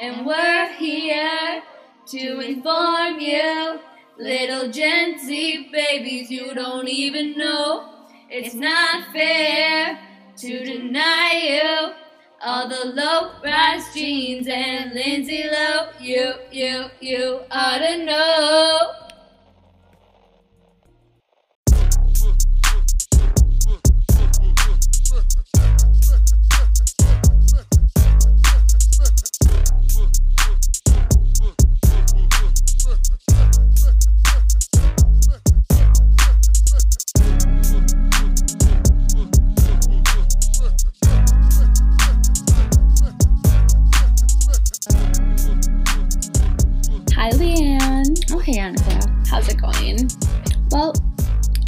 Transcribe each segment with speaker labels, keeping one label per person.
Speaker 1: and we're here to inform you, little Gen Z babies, you don't even know. It's not fair to deny you all the low rise jeans and Lindsay Lowe. You, you, you ought to know.
Speaker 2: Hi, Leanne.
Speaker 3: Oh, hey, Annika.
Speaker 2: How's it going?
Speaker 3: Well,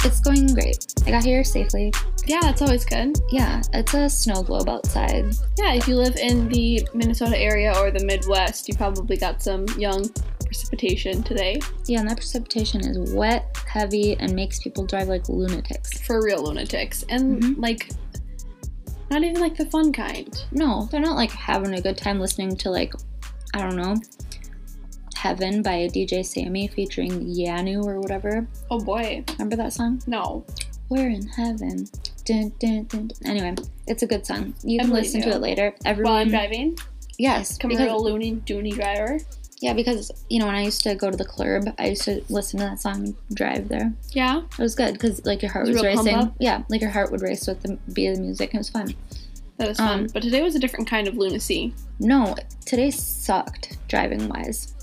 Speaker 3: it's going great. I got here safely.
Speaker 2: Yeah, it's always good.
Speaker 3: Yeah, it's a snow globe outside.
Speaker 2: Yeah, if you live in the Minnesota area or the Midwest, you probably got some young precipitation today.
Speaker 3: Yeah, and that precipitation is wet, heavy, and makes people drive like lunatics.
Speaker 2: For real lunatics. And,
Speaker 3: Mhm.
Speaker 2: like, not even like the fun kind.
Speaker 3: No, they're not like having a good time listening to, like, I don't know, Heaven by DJ Sammy featuring Yanu or whatever.
Speaker 2: Oh boy.
Speaker 3: Remember that song?
Speaker 2: No.
Speaker 3: We're in heaven. Dun, dun, dun, dun. Anyway, it's a good song. You
Speaker 2: I
Speaker 3: can
Speaker 2: believe
Speaker 3: listen
Speaker 2: you.
Speaker 3: to it later. Everyone,
Speaker 2: While I'm driving,
Speaker 3: yes,
Speaker 2: Camaro
Speaker 3: because
Speaker 2: Looney Dooney driver.
Speaker 3: Yeah, because you know when I used to go to the club, I used to listen to that song and drive there.
Speaker 2: Yeah.
Speaker 3: It was good because like your heart
Speaker 2: It was
Speaker 3: was
Speaker 2: a real pump
Speaker 3: racing.
Speaker 2: up.
Speaker 3: Yeah, like your heart would race with the beat of the music. It was fun.
Speaker 2: That was fun.
Speaker 3: Um,
Speaker 2: but today was a different kind of lunacy.
Speaker 3: No, today sucked driving wise.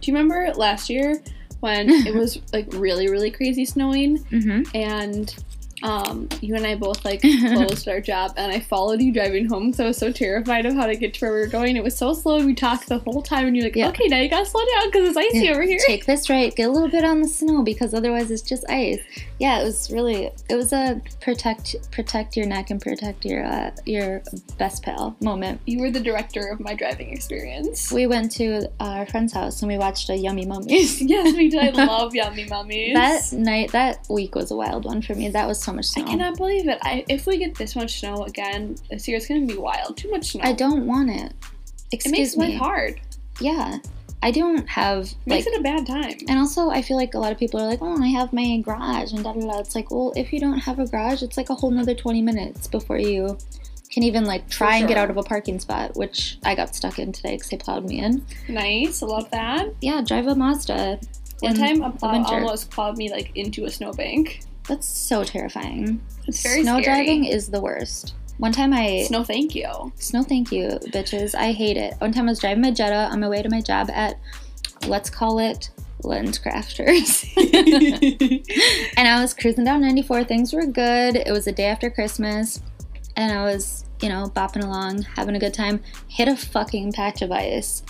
Speaker 2: Do you remember last year when it was like really, really crazy snowing?
Speaker 3: Mm-hmm.
Speaker 2: and um, you and I both like closed our job, and I followed you driving home because I was so terrified of how to get to where we were going. It was so slow. We talked the whole time, and you're like,
Speaker 3: Yeah.
Speaker 2: "Okay, now you gotta slow down because it's icy
Speaker 3: Yeah.
Speaker 2: over here."
Speaker 3: Take this right, get a little bit on the snow because otherwise it's just ice. Yeah, it was really it was a protect protect your neck and protect your uh, your best pal moment.
Speaker 2: You were the director of my driving experience.
Speaker 3: We went to our friend's house and we watched a Yummy Mummies.
Speaker 2: yes, we did. I love yummy mummies.
Speaker 3: That night, that week was a wild one for me. That was so much
Speaker 2: I
Speaker 3: snow.
Speaker 2: cannot believe it. I, if we get this much snow again this year, it's gonna be wild. Too much snow.
Speaker 3: I don't want it.
Speaker 2: It makes
Speaker 3: Excuse me.
Speaker 2: life hard.
Speaker 3: Yeah, I don't have like.
Speaker 2: makes it a bad time.
Speaker 3: and also, I feel like a lot of people are like, "Oh, I have my garage," and da da da. It's like, well, if you don't have a garage, it's like a whole nother twenty minutes before you can even like try and get
Speaker 2: sure.
Speaker 3: out of a parking spot, which I got stuck in today because they plowed me in.
Speaker 2: Nice. I love that.
Speaker 3: Yeah, drive a Mazda.
Speaker 2: One
Speaker 3: in
Speaker 2: time, a
Speaker 3: the
Speaker 2: plow
Speaker 3: winter.
Speaker 2: almost plowed me like into a snowbank.
Speaker 3: That's so terrifying.
Speaker 2: It's very
Speaker 3: Snow
Speaker 2: scary.
Speaker 3: driving is the worst. One time I
Speaker 2: Snow, thank you.
Speaker 3: Snow, thank you, bitches. I hate it. One time I was driving my Jetta on my way to my job at, let's call it Lens Crafters. and I was cruising down 94. Things were good. It was the day after Christmas. And I was, you know, bopping along, having a good time. Hit a fucking patch of ice.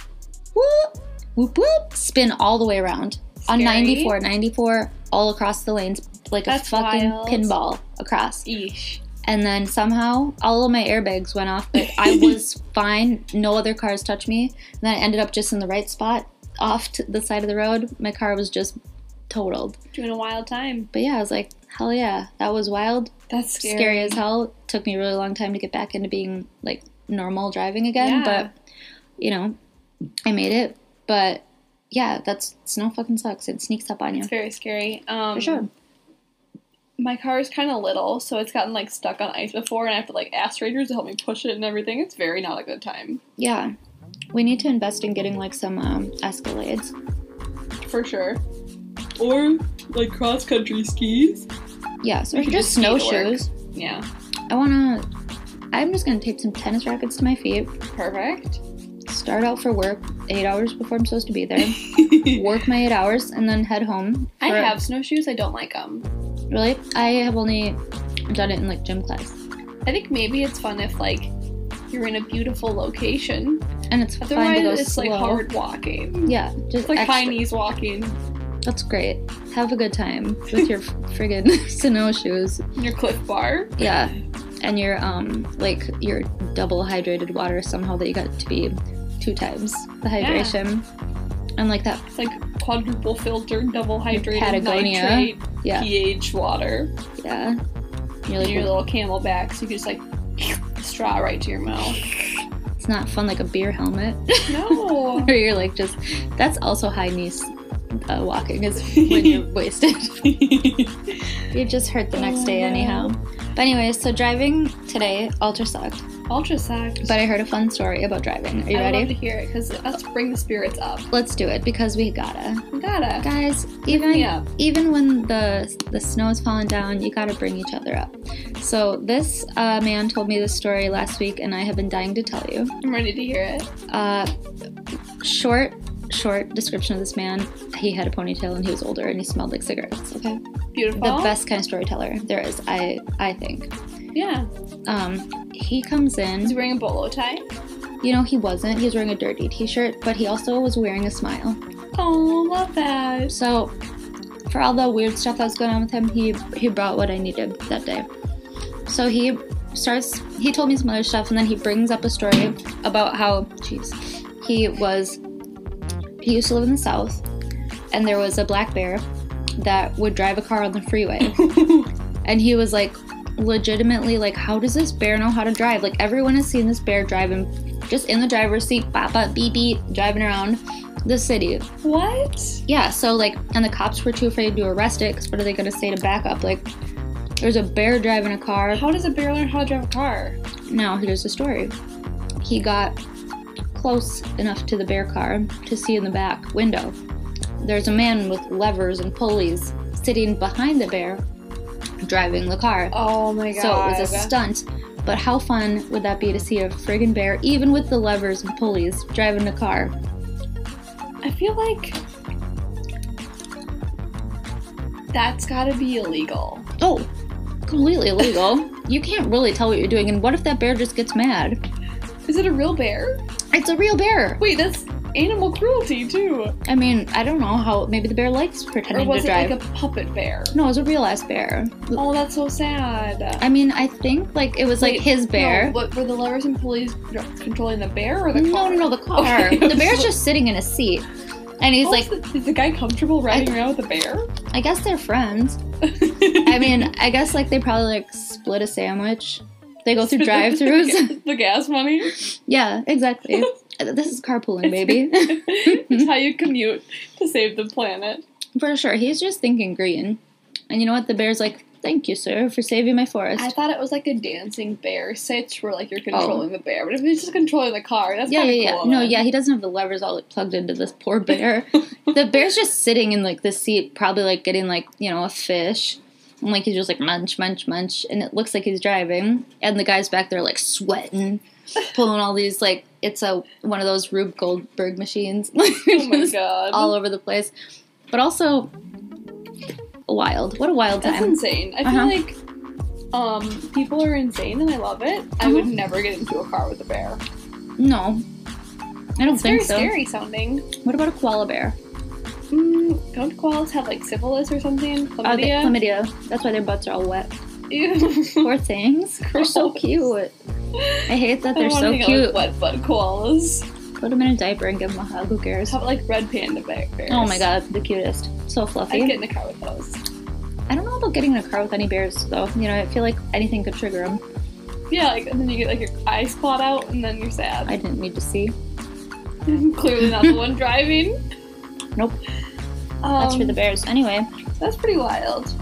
Speaker 3: Whoop, whoop, whoop. Spin all the way around. On
Speaker 2: Scary.
Speaker 3: 94, 94, all across the lanes, like
Speaker 2: That's
Speaker 3: a fucking
Speaker 2: wild.
Speaker 3: pinball across
Speaker 2: Eesh.
Speaker 3: and then somehow all of my airbags went off but i was fine no other cars touched me and then i ended up just in the right spot off to the side of the road my car was just totaled
Speaker 2: Doing a wild time.
Speaker 3: but yeah i was like hell yeah that was wild
Speaker 2: That's
Speaker 3: scary, as hell took me a really long time to get back into being like normal driving
Speaker 2: Yeah.
Speaker 3: again but you know i made it but yeah that's snow fucking sucks it sneaks up on you
Speaker 2: It's very scary. Um,
Speaker 3: for sure
Speaker 2: My car is kind of little, so it's gotten like stuck on ice before, and I have to like ask strangers to help me push it and everything. It's very not a good time,
Speaker 3: yeah we need to invest in getting like some um, escalades
Speaker 2: for sure. Or like cross country skis.
Speaker 3: Yes,
Speaker 2: We
Speaker 3: or
Speaker 2: could just
Speaker 3: just
Speaker 2: ski to work.
Speaker 3: snowshoes.
Speaker 2: Yeah,
Speaker 3: I wanna. I'm just gonna tape some tennis rackets to my feet.
Speaker 2: perfect.
Speaker 3: Start out for work eight hours before I'm supposed to be there. work my eight hours and then head home.
Speaker 2: I
Speaker 3: for-
Speaker 2: have snowshoes. I don't like them.
Speaker 3: really. I have only done it in like gym class,
Speaker 2: I think maybe it's fun if like you're in a beautiful location.
Speaker 3: and it's fun to go
Speaker 2: Otherwise, it's
Speaker 3: slow.
Speaker 2: like hard walking.
Speaker 3: Yeah,
Speaker 2: It's
Speaker 3: just
Speaker 2: like
Speaker 3: extra-
Speaker 2: high knees walking.
Speaker 3: That's great. Have a good time with your friggin' snowshoes.
Speaker 2: Your cliff bar.
Speaker 3: Yeah, and your um like your double hydrated water somehow that you got to be two times the hydration, and like that
Speaker 2: It's like quadruple filtered, double hydrated,
Speaker 3: Patagonia.
Speaker 2: nitrate,
Speaker 3: yeah.
Speaker 2: pH water.
Speaker 3: Yeah. You're
Speaker 2: And
Speaker 3: like,
Speaker 2: your little camelback, so you can just like straw right to your mouth.
Speaker 3: It's not fun like a beer helmet.
Speaker 2: No.
Speaker 3: Where you're like just that's also high knee s- uh, walking is when you're wasted. You're just hurt the next
Speaker 2: Oh,
Speaker 3: day
Speaker 2: no.
Speaker 3: anyhow. But anyways, so driving today ultra sucked.
Speaker 2: Ultra sucks.
Speaker 3: But I heard a fun story about driving. Are you
Speaker 2: I would love to
Speaker 3: ready?
Speaker 2: hear it because let's bring the spirits up.
Speaker 3: Let's do it because we gotta.
Speaker 2: We gotta.
Speaker 3: Guys, even
Speaker 2: me up.
Speaker 3: even when the the snow is falling down, you gotta bring each other up. So this uh, man told me this story last week, and I have been dying to tell you.
Speaker 2: I'm ready to hear it.
Speaker 3: Uh, short short description of this man. He had a ponytail and he was older and he smelled like cigarettes. Okay,
Speaker 2: Beautiful.
Speaker 3: the best kind of storyteller there is. I I think.
Speaker 2: Yeah.
Speaker 3: Um, he comes in.
Speaker 2: He's wearing a bolo tie.
Speaker 3: You know, he wasn't. He was wearing a dirty t shirt, but he also was wearing a smile.
Speaker 2: Oh, love that.
Speaker 3: So, for all the weird stuff that was going on with him, he, he brought what I needed that day. So, he starts, he told me some other stuff, and then he brings up a story about how, jeez, he was, he used to live in the South, and there was a black bear that would drive a car on the freeway. and he was like, legitimately, like, how does this bear know how to drive? Like, everyone has seen this bear driving just in the driver's seat, bop, bop, beep, beep, driving around the city.
Speaker 2: What?
Speaker 3: Yeah, so like, and the cops were too afraid to arrest it because what are they gonna say to back up? Like, there's a bear driving a car.
Speaker 2: How does a bear learn how to drive a car?
Speaker 3: Now, here's the story. He got close enough to the bear car to see in the back window. There's a man with levers and pulleys sitting behind the bear driving the car.
Speaker 2: Oh my god.
Speaker 3: So it was a stunt. But how fun would that be to see a friggin' bear, even with the levers and pulleys, driving a car?
Speaker 2: I feel like that's gotta be illegal.
Speaker 3: Oh, completely illegal. you can't really tell what you're doing. And what if that bear just gets mad?
Speaker 2: Is it a real bear?
Speaker 3: It's a real bear.
Speaker 2: Wait, that's animal cruelty too.
Speaker 3: I mean, I don't know how. Maybe the bear likes
Speaker 2: Or
Speaker 3: pretending
Speaker 2: was
Speaker 3: to
Speaker 2: it
Speaker 3: drive.
Speaker 2: like a puppet bear?
Speaker 3: no, it was a real ass bear.
Speaker 2: Oh, that's so sad.
Speaker 3: I mean, I think like it was
Speaker 2: Wait,
Speaker 3: like his bear.
Speaker 2: No, what, were the levers and pulleys dr- controlling the bear or the
Speaker 3: no,
Speaker 2: car?
Speaker 3: no, no, the car.
Speaker 2: Okay,
Speaker 3: the bear's just sitting in a seat, and he's
Speaker 2: How
Speaker 3: like,
Speaker 2: is the, is the guy comfortable riding around with a bear?
Speaker 3: I guess they're friends. I mean, I guess like they probably like split a sandwich. They go through drive-throughs.
Speaker 2: the gas money.
Speaker 3: yeah, exactly. this is carpooling, baby.
Speaker 2: it's how you commute to save the planet.
Speaker 3: For sure. He's just thinking green. And you know what? The bear's like, thank you, sir, for saving my forest.
Speaker 2: I thought it was like a dancing bear sitch where like you're controlling the bear, but if he's just controlling the car, that's
Speaker 3: yeah,
Speaker 2: kind of
Speaker 3: yeah, yeah.
Speaker 2: cool.
Speaker 3: No,
Speaker 2: then.
Speaker 3: yeah, he doesn't have the levers all like, plugged into this poor bear. the bear's just sitting in like the seat, probably like getting like, you know, a fish. And like he's just like munch, munch, munch. And it looks like he's driving. And the guy's back there like sweating, pulling all these like, it's a one of those Rube Goldberg machines.
Speaker 2: Oh my god,
Speaker 3: all over the place. But also, wild. What a wild
Speaker 2: that's
Speaker 3: time.
Speaker 2: insane. I
Speaker 3: Uh-huh.
Speaker 2: feel like um people are insane and I love it. I
Speaker 3: Uh-huh.
Speaker 2: would never get into a car with a bear.
Speaker 3: No. I don't
Speaker 2: It's very
Speaker 3: think so.
Speaker 2: scary sounding.
Speaker 3: What about a koala bear?
Speaker 2: Mm, don't koalas have like syphilis or something?
Speaker 3: Oh, they-
Speaker 2: Chlamydia.
Speaker 3: chlamydia. That's why their butts are all wet.
Speaker 2: Ew.
Speaker 3: Poor things. They're so
Speaker 2: Gross.
Speaker 3: cute. I hate that
Speaker 2: I
Speaker 3: they're
Speaker 2: don't wanna
Speaker 3: so
Speaker 2: hang out with
Speaker 3: cute.
Speaker 2: Wet butt koalas.
Speaker 3: Put them in a diaper and give them a hug. Who cares?
Speaker 2: Have like red panda bear- bears.
Speaker 3: Oh my god, the cutest. So fluffy.
Speaker 2: I'd get in a car with those.
Speaker 3: I don't know about getting in a car with any bears, though. You know, I feel like anything could trigger them.
Speaker 2: Yeah, like and then you get like your eyes clawed out and then you're sad.
Speaker 3: I didn't need to see.
Speaker 2: Clearly not the one driving.
Speaker 3: Nope.
Speaker 2: Um,
Speaker 3: That's for the bears. Anyway,
Speaker 2: That's pretty wild.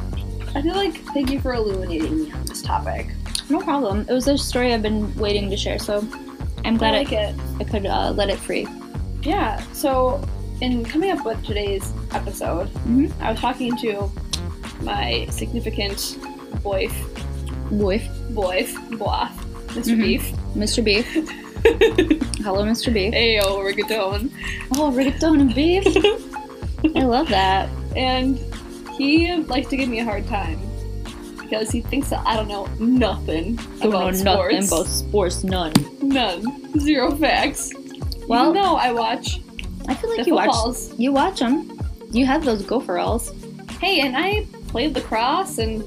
Speaker 2: I feel like thank you for illuminating me on this topic.
Speaker 3: no problem. It was a story I've been waiting to share, so I'm glad
Speaker 2: I
Speaker 3: I,
Speaker 2: like it.
Speaker 3: I could uh, let it free.
Speaker 2: Yeah. So, in coming up with today's episode,
Speaker 3: Mhm.
Speaker 2: I was talking to my significant boy,
Speaker 3: Boy,
Speaker 2: boy, boy, mister
Speaker 3: Mhm.
Speaker 2: Beef.
Speaker 3: Mr. Beef. Hello, Mr. Beef.
Speaker 2: Ayo, rigatone.
Speaker 3: Oh, rigatone and beef. I love that.
Speaker 2: and he likes to give me a hard time because he thinks that I don't know nothing about sports.
Speaker 3: sports, none.
Speaker 2: None. Zero facts.
Speaker 3: Well-
Speaker 2: no, I watch
Speaker 3: I feel
Speaker 2: the
Speaker 3: like you watch,
Speaker 2: footballs.
Speaker 3: you watch them. You have those gopher alls.
Speaker 2: Hey, and I played lacrosse, and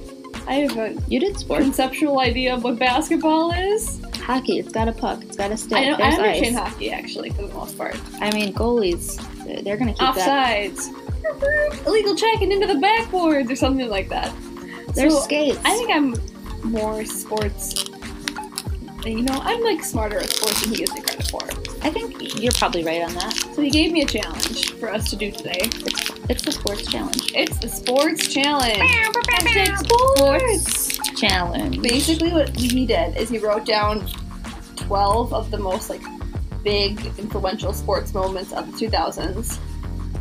Speaker 2: I have a
Speaker 3: You did sports.
Speaker 2: conceptual idea of what basketball is.
Speaker 3: Hockey, it's got a puck, it's got a stick.
Speaker 2: I, know, I
Speaker 3: There's
Speaker 2: understand
Speaker 3: ice.
Speaker 2: hockey actually for the most part.
Speaker 3: I mean, goalies, they're, they're gonna keep that.
Speaker 2: Offsides, illegal checking into the backboards, or something like that.
Speaker 3: They're
Speaker 2: So,
Speaker 3: skates.
Speaker 2: I think I'm more sports And you know, I'm like smarter at sports than he gives me credit for.
Speaker 3: I think you're probably right on that.
Speaker 2: So he gave me a challenge for us to do today.
Speaker 3: It's the sports challenge.
Speaker 2: It's the sports challenge. Hashtag sports.
Speaker 3: Challenge.
Speaker 2: Basically, what he did is he wrote down 12 of the most like big influential sports moments of the 2000s.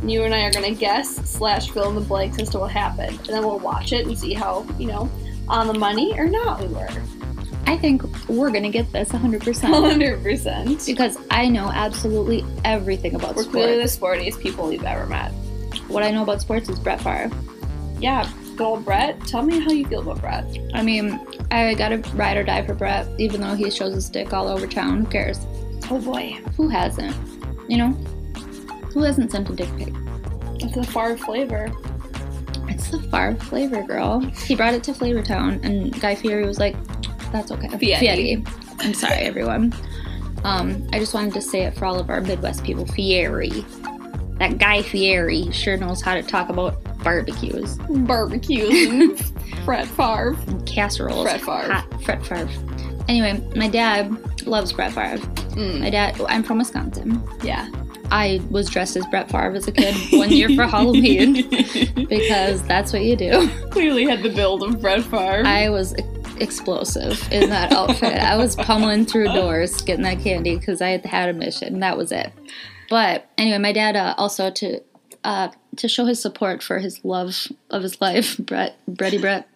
Speaker 2: And you and I are gonna guess slash fill in the blanks as to what happened, and then we'll watch it and see how you know on the money or not we were.
Speaker 3: I think we're gonna get this 100%
Speaker 2: 100. percent
Speaker 3: because I know absolutely everything about
Speaker 2: We're clearly the
Speaker 3: sports.
Speaker 2: sportiest people we've ever met.
Speaker 3: What I know about sports is Brett Favre.
Speaker 2: Yeah, go Brett. Tell me how you feel about Brett.
Speaker 3: I mean, I gotta ride or die for Brett, even though he shows his dick all over town. Who cares?
Speaker 2: Oh boy,
Speaker 3: Who hasn't? You know? Who hasn't sent a dick pic?
Speaker 2: that's the far flavor.
Speaker 3: It's the Favre flavor, girl. He brought it to Flavor Town, and Guy Fieri was like, "That's okay,
Speaker 2: Fieri.
Speaker 3: Fieri. I'm sorry, everyone. Um, I just wanted to say it for all of our Midwest people. Fieri. That Guy Fieri sure knows how to talk about barbecues,
Speaker 2: Barbecues and Brett Favre.
Speaker 3: and casseroles,
Speaker 2: Brett Favre.
Speaker 3: hot Fred Favre. Anyway, my dad loves Brett Favre.
Speaker 2: Mm,
Speaker 3: My dad. I'm from Wisconsin.
Speaker 2: yeah.
Speaker 3: I was dressed as Brett Favre as a kid one year for Halloween because that's what you do.
Speaker 2: Clearly had the build of Brett Favre.
Speaker 3: I was e- explosive in that outfit. I was pummeling through doors getting that candy because I had had a mission. That was it. But anyway, my dad uh, also to uh, to show his support for his love of his life, Brett, Bretty Brett.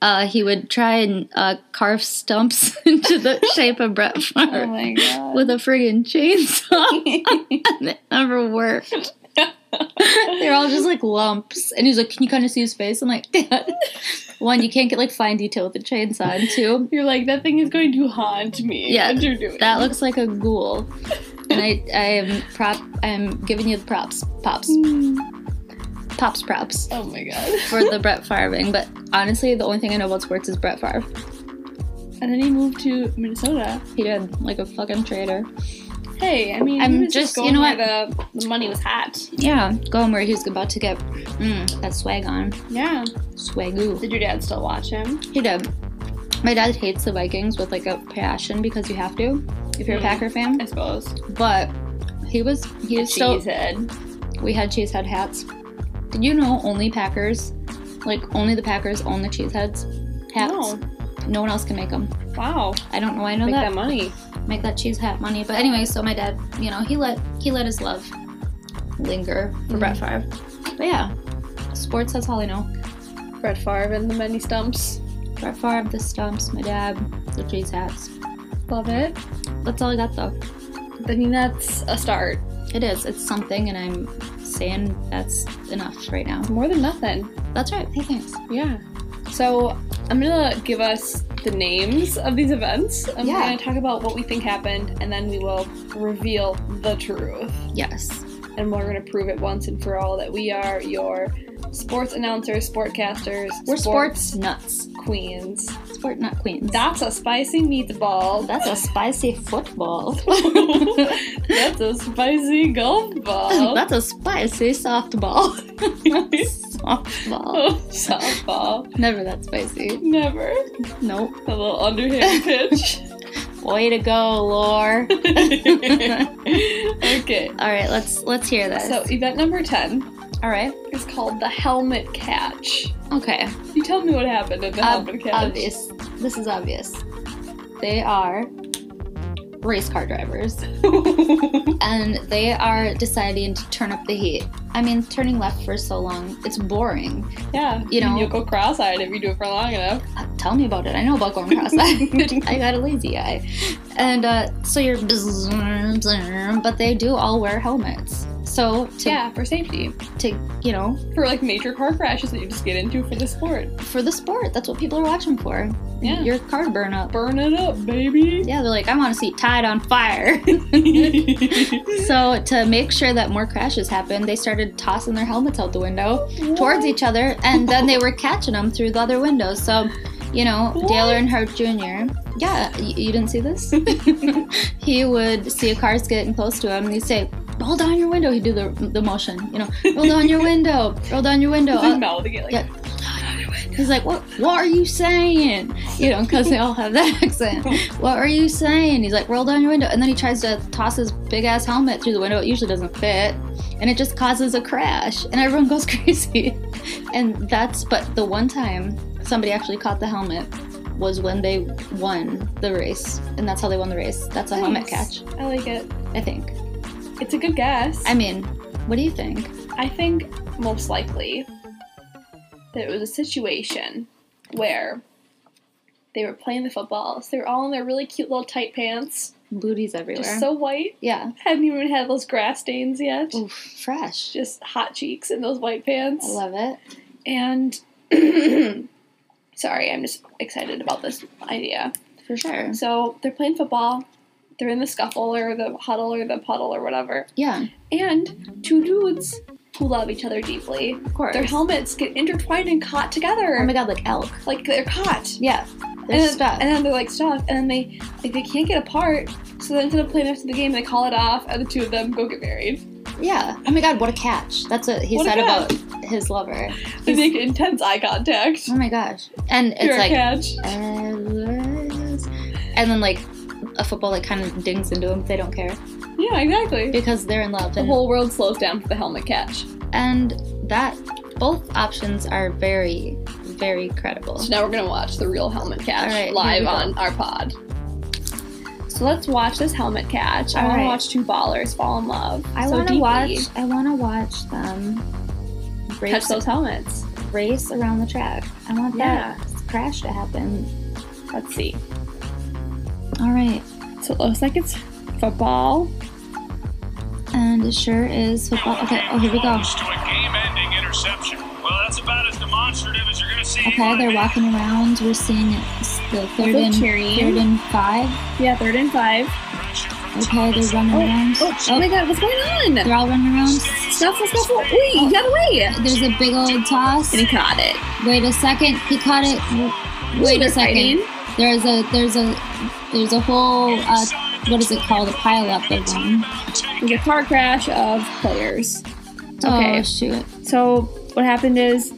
Speaker 3: Uh, he would try and uh, carve stumps into the shape of Brett
Speaker 2: oh
Speaker 3: Favre
Speaker 2: my god.
Speaker 3: with a friggin' chainsaw, and it never worked. They're all just like lumps. And he's like, Can you kind of see his face? I'm like, Dad. One, you can't get like fine detail with a chainsaw. And two,
Speaker 2: You're like, that thing is going to haunt me.
Speaker 3: Yeah,
Speaker 2: What you're doing.
Speaker 3: that looks like a ghoul. And I, I am prop, I'm giving you the props, pops,
Speaker 2: Mm.
Speaker 3: pops, props
Speaker 2: Oh my god.
Speaker 3: for the Brett Farving. But honestly, the only thing I know about sports is Brett Favre.
Speaker 2: And then he moved to Minnesota.
Speaker 3: He did like a fucking traitor.
Speaker 2: Hey, I mean,
Speaker 3: I'm
Speaker 2: he was
Speaker 3: just-
Speaker 2: just,
Speaker 3: you
Speaker 2: going
Speaker 3: know
Speaker 2: where The, the money was hot.
Speaker 3: Yeah, going where he was about to get mm, that swag on.
Speaker 2: Yeah.
Speaker 3: Swagoo.
Speaker 2: Did your dad still watch him?
Speaker 3: He did. My dad hates the Vikings with like a passion because you have to if you're a
Speaker 2: Mm.
Speaker 3: Packer fan.
Speaker 2: I suppose.
Speaker 3: But he was he was so
Speaker 2: Cheesehead.
Speaker 3: we had cheesehead hats. Did you know only Packers, like only the Packers own the cheeseheads hats?
Speaker 2: No.
Speaker 3: No one else can make them.
Speaker 2: Wow.
Speaker 3: I don't know. why I know
Speaker 2: Make
Speaker 3: that
Speaker 2: that money.
Speaker 3: make that cheese hat money. But anyway, so my dad, you know, he let he let his love linger for Brett Favre. But yeah, sports that's all I know.
Speaker 2: Brett Favre and the many stumps.
Speaker 3: Brett Favre, the stumps, my dad, the cheese hats.
Speaker 2: Love it.
Speaker 3: That's all I got though.
Speaker 2: I mean, that's a start.
Speaker 3: It is. It's something, and I'm saying that's enough right now.
Speaker 2: More than nothing.
Speaker 3: That's right. Hey, thanks.
Speaker 2: Yeah. So I'm gonna give us the names of these events. I'm
Speaker 3: Yeah.
Speaker 2: gonna talk about what we think happened, and then we will reveal the truth.
Speaker 3: Yes.
Speaker 2: And we're gonna prove it once and for all that we are your sports announcers, sportcasters,
Speaker 3: We're sports, nuts.
Speaker 2: queens.
Speaker 3: Sport nut queens.
Speaker 2: That's a spicy meatball.
Speaker 3: That's a spicy football.
Speaker 2: That's a spicy golf ball.
Speaker 3: That's a spicy softball. softball.
Speaker 2: oh, softball.
Speaker 3: Never that spicy.
Speaker 2: Never.
Speaker 3: Nope.
Speaker 2: A little underhand pitch.
Speaker 3: Way to go, Lore.
Speaker 2: okay.
Speaker 3: All right, let's let's hear this.
Speaker 2: So event number ten.
Speaker 3: all right.
Speaker 2: It's called the helmet catch.
Speaker 3: Okay.
Speaker 2: You tell me what happened at the
Speaker 3: Ob-
Speaker 2: helmet catch.
Speaker 3: obvious. This is obvious. They are race car drivers. and they are deciding to turn up the heat. I mean, turning left for so long, it's boring.
Speaker 2: yeah,
Speaker 3: You know.
Speaker 2: you'll go cross-eyed if you do it for long enough.
Speaker 3: Uh, tell me about it. I know about going cross-eyed. I got a lazy eye, and uh, so you're, bzzz, bzzz, but they do all wear helmets. So to,
Speaker 2: yeah, for safety,
Speaker 3: to you know,
Speaker 2: for like major car crashes that you just get into for the sport.
Speaker 3: for the sport, that's what people are watching for.
Speaker 2: Yeah.
Speaker 3: Your car burn up.
Speaker 2: Burn it up, baby.
Speaker 3: Yeah, they're like, I want to see Tide on fire. so to make sure that more crashes happen, they started tossing their helmets out the window. towards each other, and then they were catching them through the other windows. So, you know,
Speaker 2: What?
Speaker 3: Dale Earnhardt Jr. Yeah, y- you didn't see this. he would see a car's getting close to him, and he'd say, "Roll down your window." He'd do the the motion, you know, roll down your window, roll down your window.
Speaker 2: Is he
Speaker 3: Uh,
Speaker 2: mouthing it like,
Speaker 3: yeah. He's like, what? What are you saying? You know, because they all have that accent. What are you saying? He's like, roll down your window, and then he tries to toss his big ass helmet through the window. It usually doesn't fit, and it just causes a crash, and everyone goes crazy. And that's but the one time somebody actually caught the helmet was when they won the race, and that's how they won the race. That's a helmet
Speaker 2: Nice.
Speaker 3: catch,
Speaker 2: I like it.
Speaker 3: I think.
Speaker 2: It's a good guess.
Speaker 3: I mean, what do you think?
Speaker 2: I think most likely that it was a situation where they were playing the football. So they were all in their really cute little tight pants,
Speaker 3: Booties everywhere.
Speaker 2: just so white.
Speaker 3: yeah.
Speaker 2: Hadn't even had those grass stains yet.
Speaker 3: Oof, fresh.
Speaker 2: Just hot cheeks in those white pants.
Speaker 3: I love it.
Speaker 2: and sorry, I'm just excited about this idea.
Speaker 3: For sure.
Speaker 2: So they're playing football. They're in the scuffle or the huddle or the puddle or whatever.
Speaker 3: Yeah,
Speaker 2: And two dudes who love each other deeply
Speaker 3: of course.
Speaker 2: their helmets get intertwined and caught
Speaker 3: Oh
Speaker 2: together.
Speaker 3: my god, like elk.
Speaker 2: like they're caught.
Speaker 3: Yeah.
Speaker 2: And
Speaker 3: They're
Speaker 2: then,
Speaker 3: stuck.
Speaker 2: and then they're like stuck, and then they like they can't get apart. So then instead of playing after the game, they call it off, and the two of them go get married.
Speaker 3: yeah. Oh my god, what a catch. That's what he
Speaker 2: What a
Speaker 3: said
Speaker 2: catch.
Speaker 3: about his lover.
Speaker 2: They make intense eye contact.
Speaker 3: Oh my gosh. And it's
Speaker 2: You're a
Speaker 3: like
Speaker 2: catch.
Speaker 3: "Elvis." and then like a football like kind of dings into him. They don't care
Speaker 2: Yeah, exactly.
Speaker 3: because they're in love.
Speaker 2: The
Speaker 3: And,
Speaker 2: whole world slows down for the helmet catch.
Speaker 3: and that both options are very, very credible.
Speaker 2: So now we're gonna watch the real helmet catch
Speaker 3: All right, here
Speaker 2: live
Speaker 3: we go.
Speaker 2: on our pod. So let's watch this helmet catch. I
Speaker 3: All
Speaker 2: want to
Speaker 3: right.
Speaker 2: watch two ballers fall in love.
Speaker 3: I
Speaker 2: so
Speaker 3: want to
Speaker 2: deeply.
Speaker 3: watch. I want to watch them
Speaker 2: touch
Speaker 3: race,
Speaker 2: those helmets.
Speaker 3: race around the track. I want that crash to happen.
Speaker 2: Let's see.
Speaker 3: All right.
Speaker 2: So it looks like it's football.
Speaker 3: And it sure is football. Okay, oh, here we go.
Speaker 4: Almost to a game-ending interception. Well, that's about as demonstrative as you're going to see.
Speaker 3: Okay, they're walking around. We're seeing it's the third
Speaker 2: They're
Speaker 3: and,
Speaker 2: cheering.
Speaker 3: third and five.
Speaker 2: Yeah, third and five.
Speaker 3: Okay, they're running around.
Speaker 2: Oh, oh my god, what's going on?
Speaker 3: They're all running around.
Speaker 2: Scuffle, scuffle. Wait, he got away.
Speaker 3: There's a big old toss.
Speaker 2: And he caught it.
Speaker 3: Wait a second. He caught it. W- Wait
Speaker 2: They're
Speaker 3: a second.
Speaker 2: fighting.
Speaker 3: There's a there's a there's a whole uh, what is it called? A pile up of them.
Speaker 2: There's a car crash of players. Okay.
Speaker 3: Oh shoot.
Speaker 2: So what happened is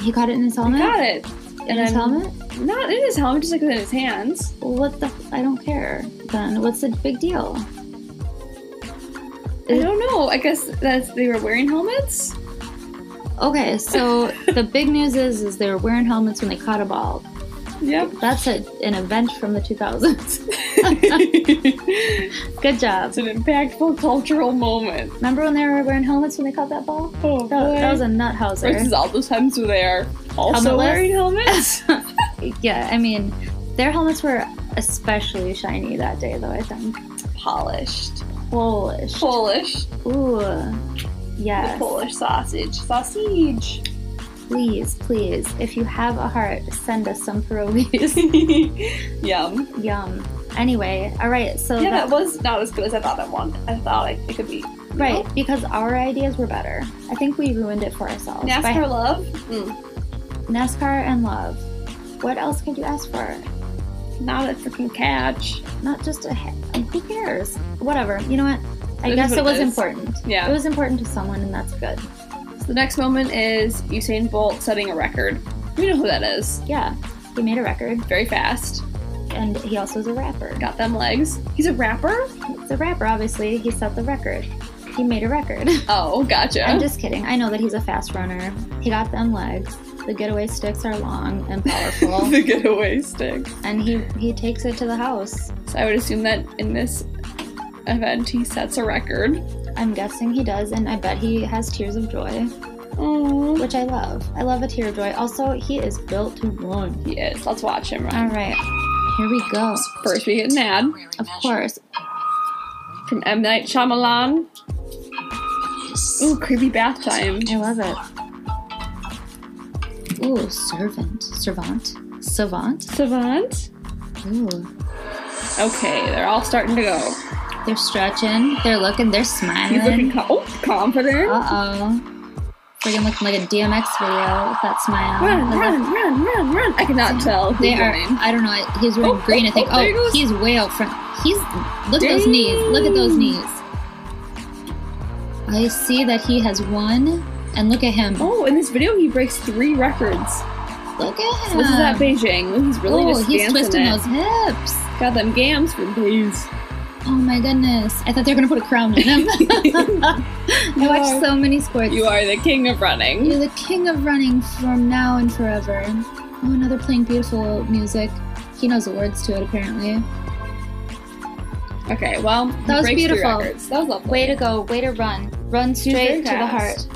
Speaker 3: He caught it in his
Speaker 2: he
Speaker 3: helmet.
Speaker 2: got it.
Speaker 3: In his
Speaker 2: I'm-
Speaker 3: helmet.
Speaker 2: Not in his helmet, just like within his hands.
Speaker 3: Well, what the? F- I don't care. Then what's the big deal?
Speaker 2: I don't know. I guess that's they were wearing helmets.
Speaker 3: Okay, so the big news is is they were wearing helmets when they caught a ball.
Speaker 2: Yep.
Speaker 3: That's a, an event from the 2000s.
Speaker 2: it's
Speaker 3: Good job.
Speaker 2: an impactful cultural moment.
Speaker 3: Remember when they were wearing helmets when they caught that ball?
Speaker 2: Oh
Speaker 3: That, that was a
Speaker 2: Versus
Speaker 3: nuthouser.
Speaker 2: all those times where they are also
Speaker 3: Helmetless?
Speaker 2: wearing helmets.
Speaker 3: yeah, I mean, their helmets were especially shiny that day, though, I think.
Speaker 2: Polished.
Speaker 3: Polish.
Speaker 2: Polish.
Speaker 3: Ooh.
Speaker 2: The
Speaker 3: Yes.
Speaker 2: Polish sausage. Sausage.
Speaker 3: Please, please, if you have a heart, send us some pierogies.
Speaker 2: Yum.
Speaker 3: Yum. Anyway, all right, so
Speaker 2: yeah, that
Speaker 3: that,
Speaker 2: was not as good as I thought it wanted. I thought it, it could be.
Speaker 3: right, because our ideas were better. I think we ruined it for ourselves. by-
Speaker 2: NASCAR love. Mm,
Speaker 3: NASCAR and love. What else could you ask for?
Speaker 2: not a freaking catch.
Speaker 3: Not just a he- who cares? Whatever. You know what? I
Speaker 2: It is
Speaker 3: guess
Speaker 2: what
Speaker 3: it
Speaker 2: it
Speaker 3: was
Speaker 2: is.
Speaker 3: important.
Speaker 2: Yeah.
Speaker 3: It was important to someone, and that's good.
Speaker 2: So the next moment is Usain Bolt setting a record. We know who that is.
Speaker 3: Yeah. He made a record,
Speaker 2: Very fast.
Speaker 3: and he also is a rapper.
Speaker 2: Got them legs. He's a rapper?
Speaker 3: He's a rapper, obviously. He set the record. He made a record.
Speaker 2: Oh, gotcha.
Speaker 3: I'm just kidding. I know that he's a fast runner. He got them legs. The getaway sticks are long and powerful,
Speaker 2: the getaway stick.
Speaker 3: and he he takes it to the house.
Speaker 2: So I would assume that in this event he sets a record.
Speaker 3: I'm guessing he does, and I bet he has tears of joy.
Speaker 2: Oh,
Speaker 3: which I love. I love a tear of joy. Also, he is built to run.
Speaker 2: he is. Let's watch him
Speaker 3: All
Speaker 2: run.
Speaker 3: right, here we go.
Speaker 2: First, we get an ad
Speaker 3: Of course.
Speaker 2: from M Night Shyamalan. Ooh, creepy bath time.
Speaker 3: I love it. Ooh, servant, servant, savant.
Speaker 2: Savant.
Speaker 3: Ooh,
Speaker 2: Okay, they're all starting to go.
Speaker 3: they're stretching. They're looking. They're
Speaker 2: He's looking
Speaker 3: smiling.
Speaker 2: co- oh, confident.
Speaker 3: Uh oh. Freaking looking like a DMX video with that smile.
Speaker 2: Run,
Speaker 3: I love-
Speaker 2: run, run, run, run. I cannot tell who's
Speaker 3: They are.
Speaker 2: running.
Speaker 3: I don't know. He's wearing
Speaker 2: Oh,
Speaker 3: green. I
Speaker 2: oh,
Speaker 3: think.
Speaker 2: oh,
Speaker 3: Oh,
Speaker 2: there he goes.
Speaker 3: he's way out front. He's look at those knees. Look at those
Speaker 2: Dang.
Speaker 3: knees. I see that he has one, and look at him.
Speaker 2: Oh, in this video he breaks three records.
Speaker 3: Look at him.
Speaker 2: This is at Beijing. He's really
Speaker 3: oh,
Speaker 2: just
Speaker 3: he's
Speaker 2: dancing
Speaker 3: twisting
Speaker 2: it.
Speaker 3: those hips.
Speaker 2: Got them gams for days.
Speaker 3: Oh my goodness. I thought they were going to put a crown on him. I
Speaker 2: are-
Speaker 3: watch so many sports.
Speaker 2: You are the king of running.
Speaker 3: You're the king of running from now and forever. Oh, and they're playing beautiful music. He knows the words to it, apparently.
Speaker 2: Okay, well,
Speaker 3: That was
Speaker 2: breaks three
Speaker 3: beautiful.
Speaker 2: records. That was lovely.
Speaker 3: Way to go. Way to run. Run
Speaker 2: She's very
Speaker 3: straight to the heart.
Speaker 2: fast.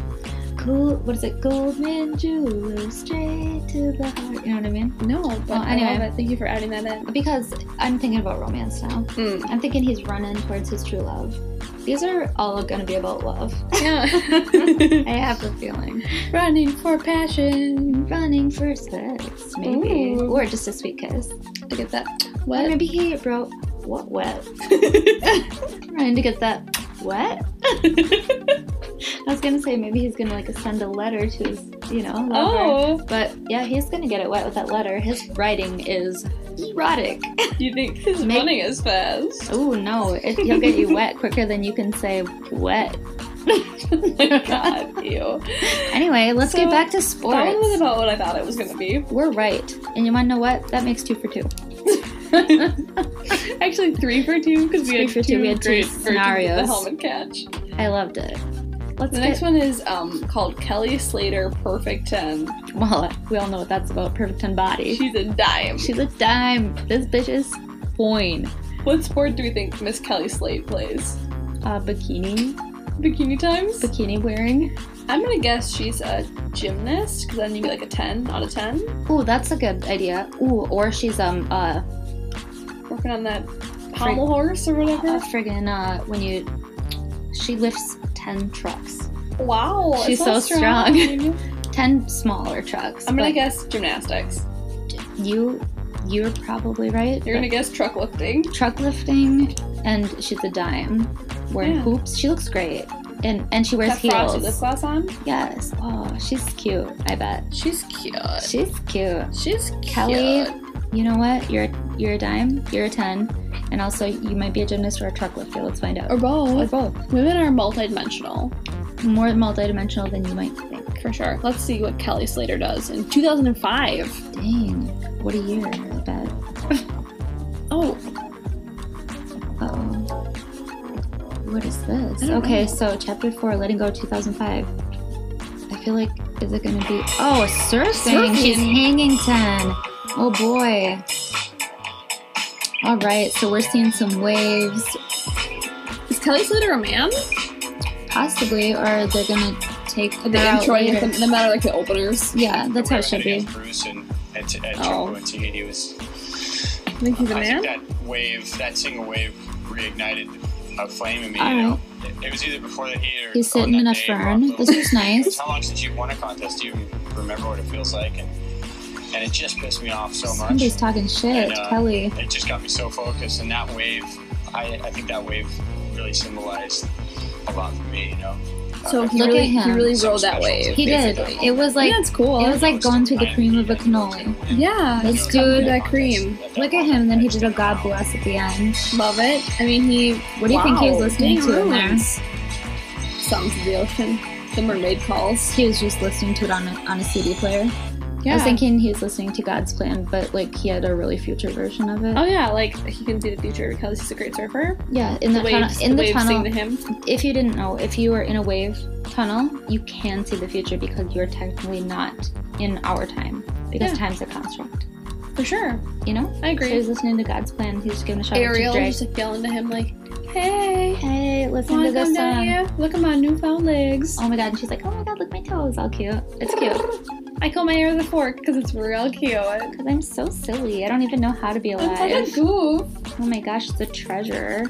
Speaker 3: Gold, what is it? Goldman Jewelers, straight to the heart. You know what I mean?
Speaker 2: No, but
Speaker 3: Well,
Speaker 2: I
Speaker 3: anyway.
Speaker 2: love it. Thank you for adding that in.
Speaker 3: Because I'm thinking about romance now.
Speaker 2: Mm.
Speaker 3: I'm thinking he's running towards his true love. These are all going to be about love.
Speaker 2: Yeah.
Speaker 3: I have a feeling.
Speaker 2: Running for passion.
Speaker 3: Running for sex, maybe.
Speaker 2: Ooh.
Speaker 3: Or just a sweet kiss.
Speaker 2: To get that
Speaker 3: What?
Speaker 2: wet.
Speaker 3: I'm gonna be here, bro. What wet? Trying to get that wet. I was gonna say maybe he's gonna like send a letter to his, you know, lover.
Speaker 2: oh,
Speaker 3: But yeah, he's gonna get it wet with that letter. His writing is erotic.
Speaker 2: you think he's
Speaker 3: Make-
Speaker 2: running as fast?
Speaker 3: Oh no, it, he'll get you wet quicker than you can say wet.
Speaker 2: Oh God, ew.
Speaker 3: Anyway, let's
Speaker 2: So,
Speaker 3: get back to
Speaker 2: That one was
Speaker 3: sports.
Speaker 2: about what I thought it was gonna be.
Speaker 3: We're right, and you wanna know what? That makes two for two.
Speaker 2: Actually, three for two because we
Speaker 3: Three
Speaker 2: had
Speaker 3: for
Speaker 2: two,
Speaker 3: two, we had two
Speaker 2: great versions of The
Speaker 3: scenarios.
Speaker 2: helmet catch.
Speaker 3: I loved it. Let's
Speaker 2: The
Speaker 3: get
Speaker 2: next one is um, called Kelly Slater Perfect Ten.
Speaker 3: Well, we all know what that's about. Perfect 10 body.
Speaker 2: She's a dime.
Speaker 3: She's a dime. This bitch is fine.
Speaker 2: What sport do we think Miss Kelly Slate plays?
Speaker 3: Uh, bikini,
Speaker 2: Bikini times.
Speaker 3: bikini wearing.
Speaker 2: I'm gonna guess she's a gymnast because then you get like a ten out of ten.
Speaker 3: Ooh, that's a good idea. Ooh, or she's um uh,
Speaker 2: Working on that pommel horse or
Speaker 3: uh
Speaker 2: whatever.
Speaker 3: friggin' uh when you she lifts ten trucks,
Speaker 2: Wow, it's
Speaker 3: She's
Speaker 2: so,
Speaker 3: so strong.
Speaker 2: strong.
Speaker 3: ten smaller trucks.
Speaker 2: I'm gonna
Speaker 3: but
Speaker 2: guess gymnastics.
Speaker 3: you. You're probably right.
Speaker 2: You're gonna guess truck lifting.
Speaker 3: but truck lifting, and she's a dime wearing
Speaker 2: Yeah.
Speaker 3: hoops. She looks great, and and she wears
Speaker 2: That frosted
Speaker 3: heels.
Speaker 2: lip gloss on.
Speaker 3: Yes. Oh, she's cute. I bet
Speaker 2: She's cute.
Speaker 3: she's cute.
Speaker 2: She's
Speaker 3: Kelly,
Speaker 2: cute.
Speaker 3: you know what? You're you're a dime. You're a ten, and also you might be a gymnast or a truck lifter. Let's find out.
Speaker 2: Or
Speaker 3: Or
Speaker 2: both.
Speaker 3: both.
Speaker 2: Women are multidimensional,
Speaker 3: More multidimensional than you might think.
Speaker 2: for sure. Let's see what Kelly Slater does in 2005.
Speaker 3: Dang, what a year! I bet.
Speaker 2: Oh,
Speaker 3: Uh-oh. What is this?
Speaker 2: I don't
Speaker 3: Okay,
Speaker 2: know.
Speaker 3: so chapter four, letting go, 2005. I feel like is it gonna be? Oh, surfing.
Speaker 2: Surfing.
Speaker 3: She's hanging ten. Oh boy. All right, so we're seeing some waves.
Speaker 2: is Kelly Slater a man?
Speaker 3: Possibly, or they're gonna take her
Speaker 2: The
Speaker 3: out
Speaker 2: intro,
Speaker 3: later.
Speaker 2: the, no matter like the openers.
Speaker 3: Yeah, that's how it should
Speaker 4: Everybody
Speaker 3: be.
Speaker 4: hated Bruce and at, at
Speaker 2: Oh.
Speaker 4: Jumbo and T, he was.
Speaker 2: I think he's a
Speaker 4: I
Speaker 2: man.
Speaker 4: think that wave, that single wave, reignited a flame in me.
Speaker 3: All
Speaker 4: you know, it, it was either before the heat or.
Speaker 3: He's
Speaker 4: or
Speaker 3: sitting in
Speaker 4: that
Speaker 3: a
Speaker 4: day,
Speaker 3: fern.
Speaker 4: Buffalo.
Speaker 3: This is nice.
Speaker 4: How long since you won a contest? Do you remember what it feels like? And and it just pissed me off so much.
Speaker 3: Somebody's talking shit,
Speaker 4: And, uh,
Speaker 3: Kelly.
Speaker 4: It just got me so focused, and that wave, I, I think that wave really symbolized a lot for me. You know. Uh,
Speaker 2: So he
Speaker 3: Look
Speaker 2: really,
Speaker 3: at him.
Speaker 2: he really
Speaker 4: So
Speaker 2: rode that
Speaker 4: special.
Speaker 2: wave.
Speaker 3: He did.
Speaker 2: basically.
Speaker 3: It was like
Speaker 2: yeah, it's cool.
Speaker 3: it was like going through the cream of a cannoli.
Speaker 2: yeah,
Speaker 3: This
Speaker 2: he's coming
Speaker 3: dude-
Speaker 2: with that cream.
Speaker 3: Look at him. Then he did a God bless at the end.
Speaker 2: Love it. I mean, he.
Speaker 3: What do you think he was listening to in there?
Speaker 2: Songs of the ocean. The mermaid calls.
Speaker 3: He was just listening to it on a, on a CD player. I
Speaker 2: Yeah.
Speaker 3: was thinking he was listening to God's Plan, but like he had a really future version of it.
Speaker 2: oh yeah, like he can see the future because he's a great surfer.
Speaker 3: yeah, in the,
Speaker 2: the waves,
Speaker 3: tunnel. In the,
Speaker 2: waves
Speaker 3: tunnel.
Speaker 2: sing to him.
Speaker 3: if you didn't know, if you are in a wave tunnel, you can see the future because you are technically not in our time because
Speaker 2: Yeah.
Speaker 3: time's a construct.
Speaker 2: For sure.
Speaker 3: You know.
Speaker 2: I
Speaker 3: So
Speaker 2: agree.
Speaker 3: he's listening to God's plan. He's just giving a shout
Speaker 2: Ariel
Speaker 3: out to Drake.
Speaker 2: just like yelling to him like, Hey,
Speaker 3: hey, listen
Speaker 2: wanna
Speaker 3: to this
Speaker 2: come down
Speaker 3: song.
Speaker 2: here? Look at my newfound legs.
Speaker 3: Oh my god! And she's like, oh my god, look my toes, all cute. It's cute because
Speaker 2: I call my hair the fork because it's real cute.
Speaker 3: I'm so silly. I don't even know how to be
Speaker 2: That's
Speaker 3: alive.
Speaker 2: like a goof.
Speaker 3: Oh my gosh, it's a treasure.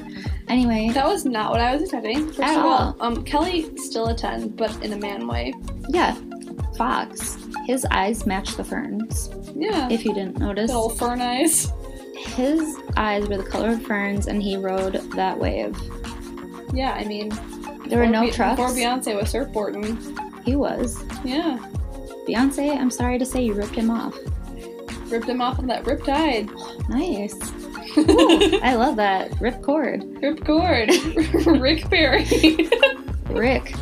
Speaker 3: Anyway,
Speaker 2: That was not what I was expecting. First
Speaker 3: At
Speaker 2: of all, um, Kelly still a ten, but in a man way.
Speaker 3: yeah, Fox. His eyes match the ferns.
Speaker 2: Yeah.
Speaker 3: If you didn't notice,
Speaker 2: The old fern eyes.
Speaker 3: his eyes were the color of ferns, and he rode that wave.
Speaker 2: Yeah, I mean.
Speaker 3: There
Speaker 2: before
Speaker 3: were no
Speaker 2: Be-
Speaker 3: trucks.
Speaker 2: Before Beyonce was surfboarding.
Speaker 3: He was.
Speaker 2: Yeah.
Speaker 3: Beyonce, I'm sorry to say you ripped him off.
Speaker 2: Ripped him off of that riptide.
Speaker 3: Nice.
Speaker 2: Rip
Speaker 3: I love that. Rip cord.
Speaker 2: cord. Rick Perry.
Speaker 3: Rick.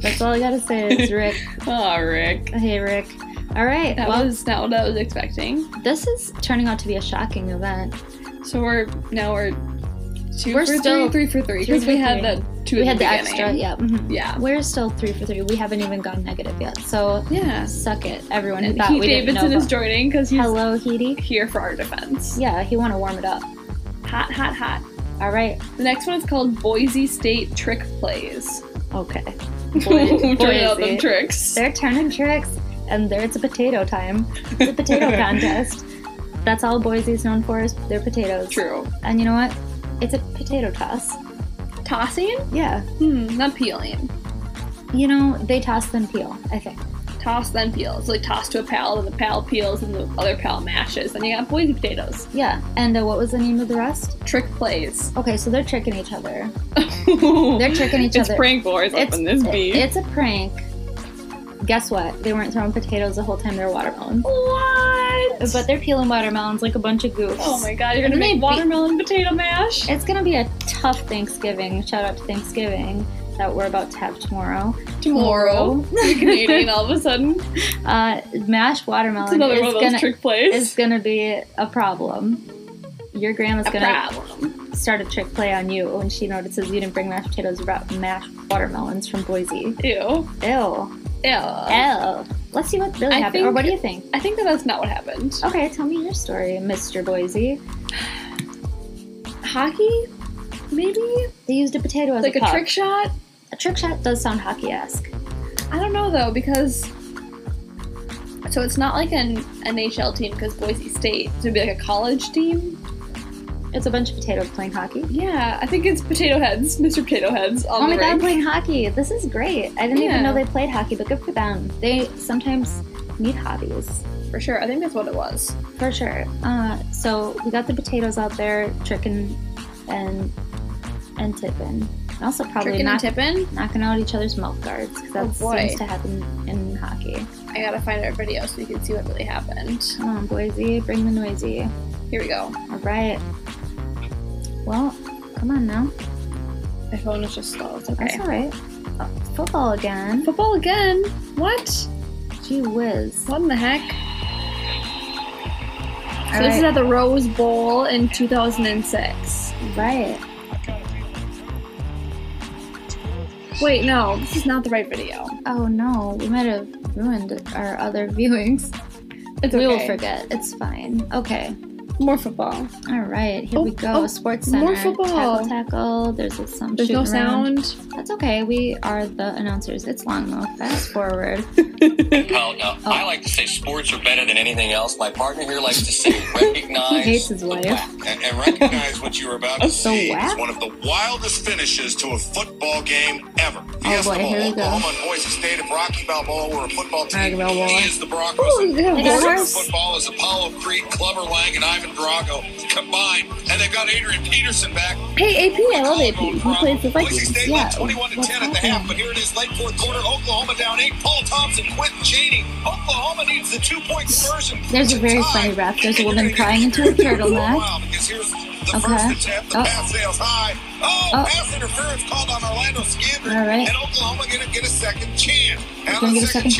Speaker 3: That's all I gotta say is Rick.
Speaker 2: oh, Rick.
Speaker 3: Hey, Rick. All right.
Speaker 2: That
Speaker 3: well,
Speaker 2: was not what I was expecting.
Speaker 3: this is turning out to be a shocking event.
Speaker 2: So we're now we're 2
Speaker 3: We're
Speaker 2: for
Speaker 3: still
Speaker 2: three, three for three
Speaker 3: three
Speaker 2: because
Speaker 3: for
Speaker 2: we had
Speaker 3: three.
Speaker 2: the two.
Speaker 3: we
Speaker 2: at
Speaker 3: had the
Speaker 2: beginning.
Speaker 3: extra. Yeah. mhm.
Speaker 2: Yeah.
Speaker 3: We're still three for three. We haven't even gone negative yet. So
Speaker 2: Yeah.
Speaker 3: suck it, everyone who
Speaker 2: And
Speaker 3: thought
Speaker 2: Pete
Speaker 3: we didn't
Speaker 2: Davidson
Speaker 3: know.
Speaker 2: is
Speaker 3: about-
Speaker 2: joining because he's
Speaker 3: Hello, Heidi.
Speaker 2: here for our defense.
Speaker 3: Yeah, he want to warm it up.
Speaker 2: Hot, hot, hot.
Speaker 3: All right.
Speaker 2: The next one is called Boise State Trick Plays.
Speaker 3: Okay.
Speaker 2: Ooh, Try out
Speaker 3: Boise.
Speaker 2: them tricks.
Speaker 3: They're turning tricks, and there it's a potato time. It's a potato contest. That's all Boise's known for is their potatoes.
Speaker 2: True.
Speaker 3: And you know what? It's a potato toss.
Speaker 2: Tossing?
Speaker 3: Yeah.
Speaker 2: Hmm, not peeling.
Speaker 3: You know, they toss then peel, I think.
Speaker 2: Toss then peel. So like toss to a pal, then the pal peels, and the other pal mashes. Then you got Boise potatoes.
Speaker 3: Yeah. And uh, what was the name of the rest?
Speaker 2: Trick plays.
Speaker 3: Okay, so they're tricking each other.
Speaker 2: They're
Speaker 3: tricking each
Speaker 2: it's
Speaker 3: other.
Speaker 2: prank wars up in this beat.
Speaker 3: it's a prank. Guess what? They weren't throwing potatoes the whole time, they were watermelons.
Speaker 2: what?
Speaker 3: But they're peeling watermelons like a bunch of goofs.
Speaker 2: oh my god, you're gonna
Speaker 3: And they
Speaker 2: make
Speaker 3: beat-
Speaker 2: watermelon potato mash?
Speaker 3: It's gonna be a tough Thanksgiving. Shout out to Thanksgiving that we're about to have tomorrow.
Speaker 2: Tomorrow. You're Canadian all of a sudden.
Speaker 3: Uh, mashed watermelon
Speaker 2: It's another
Speaker 3: is
Speaker 2: one of those
Speaker 3: Um, gonna
Speaker 2: trick plays.
Speaker 3: is gonna be a problem. Your grandma's
Speaker 2: a
Speaker 3: gonna
Speaker 2: problem.
Speaker 3: start a trick play on you when she notices you didn't bring mashed potatoes, you brought mashed watermelons from Boise.
Speaker 2: Ew.
Speaker 3: Ew.
Speaker 2: Ew.
Speaker 3: Ew. Let's see what really
Speaker 2: I
Speaker 3: happened. Or
Speaker 2: think-
Speaker 3: what do you think?
Speaker 2: I think that that's not what happened.
Speaker 3: Okay, tell me your story, Mr. Boise.
Speaker 2: Hockey? Maybe?
Speaker 3: They used a potato as
Speaker 2: Like
Speaker 3: Oh. a,
Speaker 2: a
Speaker 3: puck.
Speaker 2: trick shot?
Speaker 3: A trick shot does sound hockey-esque.
Speaker 2: I don't know though, because. So it's not like an NHL team because Boise State. So it'd be like a college team?
Speaker 3: It's a bunch of potatoes playing hockey.
Speaker 2: Yeah, I think it's Potato Heads, Mr. Potato Heads. On
Speaker 3: oh my
Speaker 2: the
Speaker 3: god,
Speaker 2: rink.
Speaker 3: playing hockey! This is great. I didn't
Speaker 2: Yeah.
Speaker 3: even know they played hockey, but good for them. They sometimes need hobbies.
Speaker 2: For sure. I think that's what it was.
Speaker 3: For sure. Uh, so we got the potatoes out there, tricking and and tipping. And also probably
Speaker 2: Tricking and
Speaker 3: knock,
Speaker 2: tipping?
Speaker 3: knocking out each other's mouth guards because
Speaker 2: Oh,
Speaker 3: that
Speaker 2: boy.
Speaker 3: seems to happen in hockey.
Speaker 2: I gotta find our video so you can see what really happened.
Speaker 3: Come on, Boise, bring the noisy.
Speaker 2: Here we go.
Speaker 3: All right. Well, come on now.
Speaker 2: My phone is just slow. It's okay.
Speaker 3: That's all right. Oh, football again.
Speaker 2: Football again? What?
Speaker 3: Gee whiz.
Speaker 2: What in the heck?
Speaker 3: All
Speaker 2: So this is
Speaker 3: right.
Speaker 2: at the Rose Bowl in 2006.
Speaker 3: right.
Speaker 2: Wait, no, this is not the right video.
Speaker 3: Oh no, we might have ruined our other viewings.
Speaker 2: It's
Speaker 3: We will
Speaker 2: okay.
Speaker 3: forget. It's fine. Okay.
Speaker 2: More football.
Speaker 3: All right, here we
Speaker 2: Oh,
Speaker 3: go.
Speaker 2: oh,
Speaker 3: Sports Center.
Speaker 2: more football.
Speaker 3: Tackle, tackle. There's a, some
Speaker 2: There's no
Speaker 3: shooting around.
Speaker 2: sound.
Speaker 3: That's okay. We are the announcers. It's long though. Fast forward.
Speaker 5: Well, now,
Speaker 3: Oh.
Speaker 5: I like to say sports are better than anything else. My partner here likes to say
Speaker 3: He
Speaker 5: recognize
Speaker 3: hates his
Speaker 5: the
Speaker 3: wife.
Speaker 5: whack.
Speaker 6: and, and recognize what you were about to see
Speaker 3: whack?
Speaker 6: is one of the wildest finishes to a football game ever.
Speaker 3: Oh, boy, here we go.
Speaker 6: Oklahoma and Boise State of Rocky Balboa were a football
Speaker 3: Rocky
Speaker 6: team.
Speaker 3: Balboa.
Speaker 6: He is the Broncos.
Speaker 2: Ooh, they have
Speaker 3: They
Speaker 2: horse.
Speaker 3: got
Speaker 6: Center
Speaker 3: horse.
Speaker 6: football is Apollo Creed, Clubber Lang, and Ivan Drago combined, and they've got Adrian Peterson back.
Speaker 2: Hey, AP, I love AP. He
Speaker 6: Problem.
Speaker 2: plays the
Speaker 6: Boise
Speaker 2: Vikings.
Speaker 6: State
Speaker 3: Yeah,
Speaker 6: led 21 to
Speaker 3: what's
Speaker 6: 10 at the
Speaker 3: happening?
Speaker 6: half, but here it is, late fourth quarter. Oklahoma down eight. Paul Thompson, Quentin Cheney. Oklahoma needs the two-point conversion.
Speaker 3: There's a
Speaker 6: to
Speaker 3: very
Speaker 6: tie.
Speaker 3: funny ref. There's a
Speaker 6: You're
Speaker 3: woman
Speaker 6: gonna get
Speaker 3: crying into a turtleneck.
Speaker 6: Wow, because here's the
Speaker 3: Okay.
Speaker 6: first attempt. The
Speaker 3: Oh.
Speaker 6: pass sails high. Oh,
Speaker 3: Oh.
Speaker 6: pass interference called on Orlando Skandrick.
Speaker 3: All right.
Speaker 6: And Oklahoma going to get a second chance. And
Speaker 3: gonna
Speaker 6: on
Speaker 3: get a second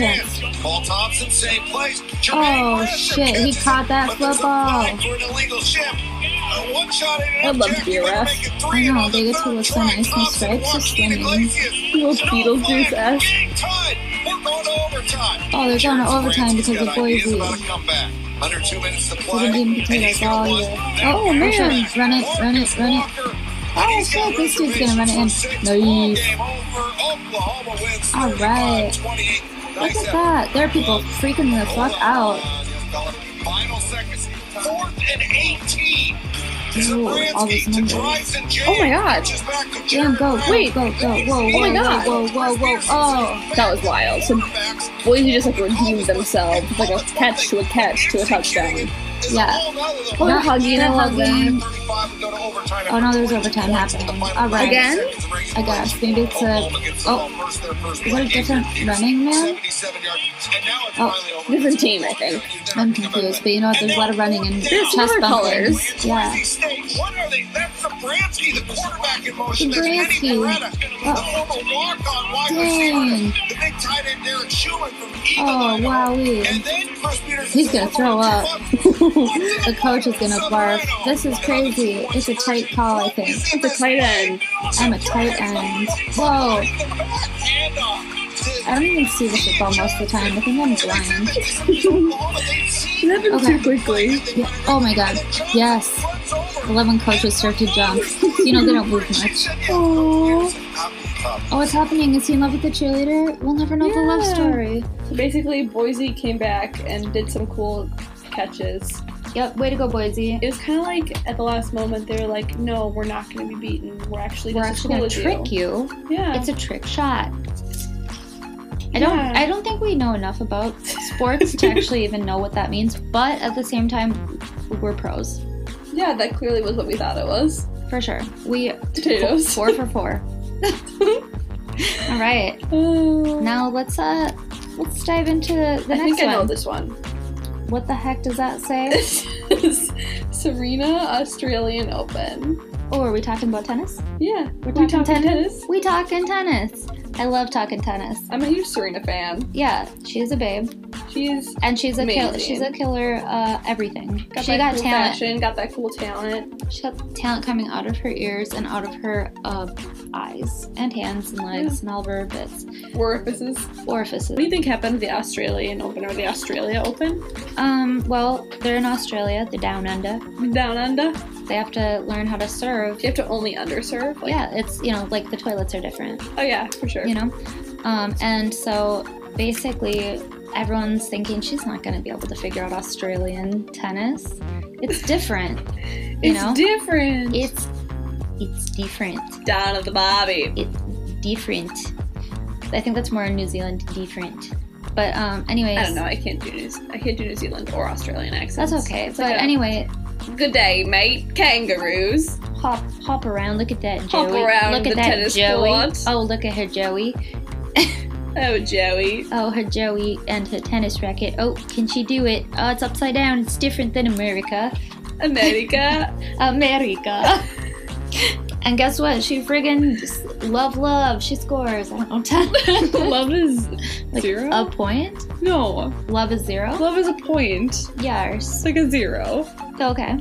Speaker 6: Paul Thompson, same place.
Speaker 3: Oh, shit, he caught that football.
Speaker 6: For an illegal shift. A one shot
Speaker 2: I love to be a ref.
Speaker 3: I know, they get to look so nice and stripes are swimming.
Speaker 2: Little Beetlejuice-esque.
Speaker 6: We're going to overtime.
Speaker 3: Oh, they're going to overtime because of
Speaker 6: He's
Speaker 3: Boise.
Speaker 6: about to come back. Under two minutes to
Speaker 3: We've been
Speaker 6: play.
Speaker 3: getting
Speaker 6: and he's
Speaker 3: potatoes all year.
Speaker 6: gonna want that
Speaker 3: Oh
Speaker 6: pass
Speaker 3: man,
Speaker 6: back.
Speaker 3: run it, run it, run it.
Speaker 6: Walker,
Speaker 3: Oh,
Speaker 6: he's got
Speaker 3: shit, this dude's gonna run it in.
Speaker 6: reservations for six.
Speaker 3: Nice.
Speaker 6: Ball game over. Oklahoma wins
Speaker 3: All right.
Speaker 6: 35-28.
Speaker 3: Look
Speaker 6: Nice
Speaker 3: at
Speaker 6: effort.
Speaker 3: that. There are people freaking the fuck out.
Speaker 6: Final seconds. Fourth and 18.
Speaker 3: Ooh, all these
Speaker 6: Zabranski to
Speaker 3: numbers.
Speaker 6: Dryson James.
Speaker 2: Oh my god.
Speaker 6: Pitches back to
Speaker 3: Damn,
Speaker 6: Jared
Speaker 3: go,
Speaker 6: Brown.
Speaker 3: go, go, go. Whoa, whoa,
Speaker 2: Oh my God.
Speaker 3: whoa, whoa, whoa, whoa. Oh.
Speaker 2: That was wild. So Boise just like redeemed themselves. It's like a catch to a catch to a touchdown.
Speaker 6: Is
Speaker 3: Yeah.
Speaker 6: a whole nother level.
Speaker 2: Oh, they're hugging,
Speaker 3: they're
Speaker 2: I love
Speaker 3: hugging.
Speaker 2: them.
Speaker 6: five would go to overtime.
Speaker 3: Oh, no, there's overtime happening. All right.
Speaker 6: Again?
Speaker 3: I guess. Maybe it's a- oh.
Speaker 6: is
Speaker 3: Is it a different running man?
Speaker 6: Oh,
Speaker 2: different team, I think.
Speaker 3: I'm confused, but you know what? There's a lot of running and chest
Speaker 2: more
Speaker 3: bumping.
Speaker 2: colors.
Speaker 3: Yeah.
Speaker 6: What are they? That's Zabransky, the quarterback in motion. That's Eddie
Speaker 3: Zabransky.
Speaker 6: Beretta, the
Speaker 3: Oh.
Speaker 6: former walk-on wide
Speaker 3: Dang.
Speaker 6: receiver, the big tight end Derek Schumann from Eagle,
Speaker 3: Oh,
Speaker 6: Idaho.
Speaker 3: wowee.
Speaker 6: And then Chris Peterson.
Speaker 3: He's gonna throw up.
Speaker 6: the
Speaker 3: The coach is gonna barf. This is crazy. It's a tight call, I think.
Speaker 2: It's a tight end.
Speaker 3: I'm a tight end. Whoa. I don't even see the football most of the time. I think I'm blind.
Speaker 2: It happened
Speaker 3: Okay.
Speaker 2: too quickly.
Speaker 3: Yeah. Oh my god. Yes. 11 coaches start to jump. You know, they don't move much. Oh, what's happening? Is he in love with the cheerleader? We'll never know the love
Speaker 2: Yeah.
Speaker 3: story.
Speaker 2: So basically, Boise came back and did some cool catches.
Speaker 3: Yep, way to go, Boise.
Speaker 2: It was kind of like at the last moment they were like, "No, we're not going to be beaten. We're actually
Speaker 3: We're
Speaker 2: just
Speaker 3: actually gonna
Speaker 2: as cool as
Speaker 3: trick you.
Speaker 2: Yeah,
Speaker 3: It's a trick shot. I don't
Speaker 2: Yeah.
Speaker 3: I don't think we know enough about sports to actually even know what that means, but at the same time, we're pros.
Speaker 2: yeah, that clearly was what we thought it was.
Speaker 3: For sure. We
Speaker 2: Potatoes.
Speaker 3: four for four. All right.
Speaker 2: Oh.
Speaker 3: Now let's uh let's dive into the
Speaker 2: I
Speaker 3: next
Speaker 2: think I know
Speaker 3: one.
Speaker 2: this one.
Speaker 3: What the heck does that say?
Speaker 2: This is Serena Australian Open.
Speaker 3: oh, are we talking about tennis?
Speaker 2: Yeah,
Speaker 3: We're
Speaker 2: we talking tennis?
Speaker 3: We talking tennis. I love talking tennis.
Speaker 2: I'm a huge Serena fan.
Speaker 3: Yeah, she's a babe,
Speaker 2: She's
Speaker 3: and she's a kill-
Speaker 2: Amazing.
Speaker 3: she's a killer. Uh, everything.
Speaker 2: got
Speaker 3: she
Speaker 2: that
Speaker 3: got
Speaker 2: cool
Speaker 3: talent.
Speaker 2: fashion, got that cool talent.
Speaker 3: She got talent coming out of her ears and out of her uh, eyes and hands and legs and all of her bits
Speaker 2: Orifices. What
Speaker 3: orifices.
Speaker 2: do you think happened to the Australian Open or the Australia Open?
Speaker 3: Um, well, they're in Australia. They're down under.
Speaker 2: Down under.
Speaker 3: They have to learn how to serve.
Speaker 2: You have to only underserve. Like,
Speaker 3: Yeah, it's you know like the toilets are different.
Speaker 2: Oh yeah, for sure.
Speaker 3: you know um, and so basically everyone's thinking she's not going to be able to figure out australian tennis it's different you
Speaker 2: it's
Speaker 3: know
Speaker 2: different.
Speaker 3: it's it's different
Speaker 2: down at the Bobby.
Speaker 3: it's different i think that's more in new zealand different but um anyways
Speaker 2: I don't know. I can't do New. I can't do New Zealand or Australian accents.
Speaker 3: that's okay
Speaker 2: It's
Speaker 3: but
Speaker 2: like a,
Speaker 3: anyway
Speaker 2: Good day, mate. Kangaroos.
Speaker 3: hop hop around look at that
Speaker 2: Hop
Speaker 3: joey
Speaker 2: around
Speaker 3: look at
Speaker 2: the
Speaker 3: that
Speaker 2: tennis
Speaker 3: joey
Speaker 2: court.
Speaker 3: oh look at her joey
Speaker 2: Oh, Joey.
Speaker 3: Oh, her Joey and her tennis racket. Oh, can she do it? Oh, it's upside down. It's different than America.
Speaker 2: America.
Speaker 3: America. and guess what? She friggin' just love, love. She scores. I don't know, 10.
Speaker 2: Love is
Speaker 3: Like,
Speaker 2: zero.
Speaker 3: A point?
Speaker 2: No,
Speaker 3: Love is zero?
Speaker 2: love is a point. It's
Speaker 3: Yes.
Speaker 2: like a zero.
Speaker 3: Okay.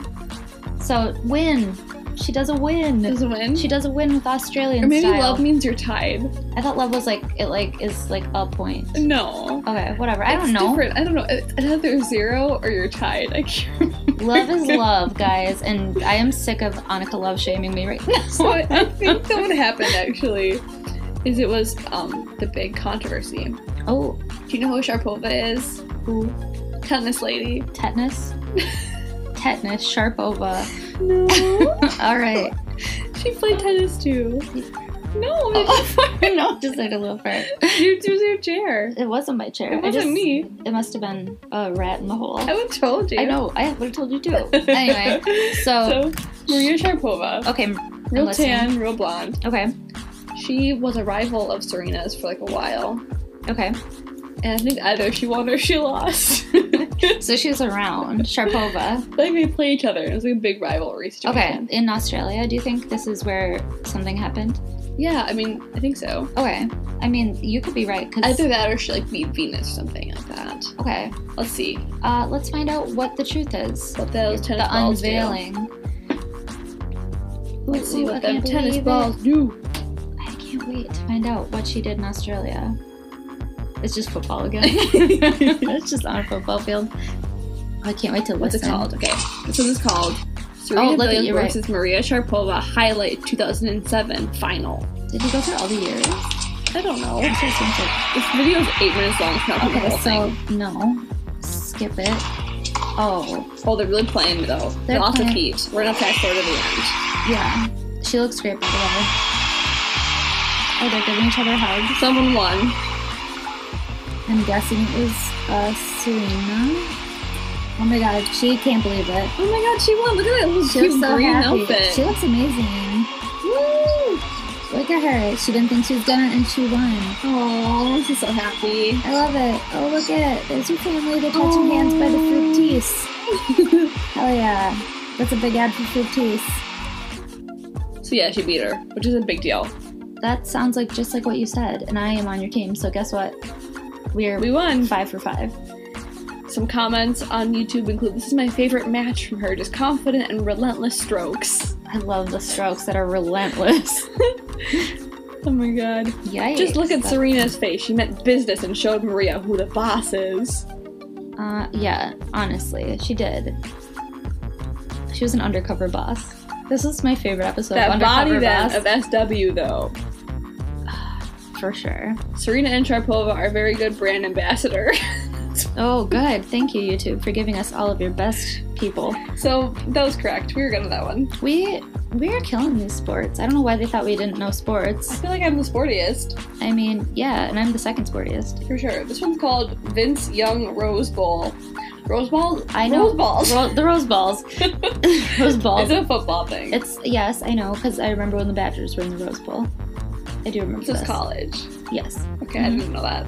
Speaker 3: So, win. She does a win.
Speaker 2: Does it win?
Speaker 3: She does a win with Australian
Speaker 2: or maybe
Speaker 3: style.
Speaker 2: love means you're tied.
Speaker 3: I thought love was like, it like is like a point.
Speaker 2: No.
Speaker 3: Okay, whatever. I
Speaker 2: It's
Speaker 3: don't know.
Speaker 2: Different. I don't know. It's either zero or you're tied. I can't.
Speaker 3: Love is love, guys. And I am sick of Annika love shaming me right now.
Speaker 2: So I I think that what happened actually is it was um the big controversy.
Speaker 3: Oh,
Speaker 2: Do you know who Sharpova is?
Speaker 3: ooh,
Speaker 2: Tennis lady.
Speaker 3: tetanus. tetanus, Sharpova.
Speaker 2: No.
Speaker 3: All right.
Speaker 2: she played tennis too. No,
Speaker 3: Oh, no, just like a little fart.
Speaker 2: you do your chair.
Speaker 3: It wasn't my chair.
Speaker 2: It
Speaker 3: I
Speaker 2: wasn't
Speaker 3: just-
Speaker 2: me.
Speaker 3: It must have been a rat in the hole.
Speaker 2: I would have told you.
Speaker 3: I know. I would have told you too. anyway, so,
Speaker 2: So Maria Sharapova,
Speaker 3: okay, I'm
Speaker 2: real
Speaker 3: listening.
Speaker 2: tan, real blonde.
Speaker 3: okay,
Speaker 2: She was a rival of Serena's for like a while,
Speaker 3: okay.
Speaker 2: and I think either she won or she lost.
Speaker 3: So she was around Sharpova.
Speaker 2: like they play each other. It was like a big rivalry
Speaker 3: Okay,
Speaker 2: situation.
Speaker 3: in Australia, do you think this is where something happened?
Speaker 2: Yeah, I mean, I think so.
Speaker 3: Okay, I mean you could be right because
Speaker 2: Either that or she like beat Venus or something like that.
Speaker 3: okay.
Speaker 2: Let's see
Speaker 3: Uh, let's find out what the truth is.
Speaker 2: what those tennis
Speaker 3: the
Speaker 2: balls
Speaker 3: unveiling.
Speaker 2: do. Let's see
Speaker 3: Ooh, I
Speaker 2: what them
Speaker 3: can't
Speaker 2: tennis
Speaker 3: believe it.
Speaker 2: balls do.
Speaker 3: I can't wait to find out what she did in Australia. It's just football again. it's just on a football field. I can't wait to
Speaker 2: What's
Speaker 3: listen. Oh,
Speaker 2: it called? Okay, this one is called Serena
Speaker 3: look at
Speaker 2: Williams
Speaker 3: you, right.
Speaker 2: versus Maria Sharapova highlight 2007 final.
Speaker 3: Did you go through all the years?
Speaker 2: I don't know.
Speaker 3: It sure seems like-
Speaker 2: This video is eight minutes long. It's not gonna be the
Speaker 3: Okay,
Speaker 2: whole
Speaker 3: so
Speaker 2: thing.
Speaker 3: no, skip it. Oh,
Speaker 2: Oh, they're really playing though. They're
Speaker 3: They're
Speaker 2: off the
Speaker 3: playing.
Speaker 2: feet. We're gonna fast forward to the end.
Speaker 3: yeah. She looks great, by the way. Oh, they're giving each other hugs.
Speaker 2: Someone won.
Speaker 3: I'm guessing it was uh, Serena.
Speaker 7: Oh my god, she can't believe it.
Speaker 2: Oh my god, she won. Look at that little
Speaker 7: She
Speaker 2: cute
Speaker 7: was so
Speaker 2: green
Speaker 7: happy.
Speaker 2: outfit.
Speaker 7: She looks amazing. Woo! Look at her. She didn't think she was gonna, and she won.
Speaker 2: Oh, she's so happy.
Speaker 7: I love it. Oh, look at it. There's your family. They're touching hands by the fructis. Hell yeah. That's a big ad for fructis.
Speaker 2: So yeah, she beat her, which is a big deal.
Speaker 3: That sounds like just like what you said, and I am on your team. So guess what? We're
Speaker 2: We won.
Speaker 3: five for five.
Speaker 2: Some comments on YouTube include this is my favorite match from her, just confident and relentless strokes.
Speaker 3: I love the strokes that are relentless.
Speaker 2: Oh my god.
Speaker 3: Yikes!
Speaker 2: Just look at
Speaker 3: That's-
Speaker 2: Serena's face. She meant business and showed Maria who the boss is.
Speaker 3: Uh, yeah, honestly, she did. She was an undercover boss. This is my favorite episode of
Speaker 2: that body
Speaker 3: Undercover
Speaker 2: then
Speaker 3: Boss
Speaker 2: of SW though.
Speaker 3: for sure.
Speaker 2: Serena and Sharapova are very good brand ambassador.
Speaker 3: Oh, good. Thank you, YouTube, for giving us all of your best people.
Speaker 2: so that was correct. We were good on that one.
Speaker 3: We we are killing these sports. I don't know why they thought we didn't know
Speaker 2: I
Speaker 3: sports.
Speaker 2: feel like I'm the sportiest
Speaker 3: I mean, yeah, and I'm the second sportiest.
Speaker 2: for sure. This one's called Vince Young Rose Bowl. Rose Bowl?
Speaker 3: I know
Speaker 2: Rose balls.
Speaker 3: Ro- the Rose balls. Rose balls.
Speaker 2: It's a football thing.
Speaker 3: It's yes, I know, because I remember when the Badgers were in the Rose Bowl. I do remember
Speaker 2: It's just
Speaker 3: this.
Speaker 2: college.
Speaker 3: Yes,
Speaker 2: Okay, I didn't know that.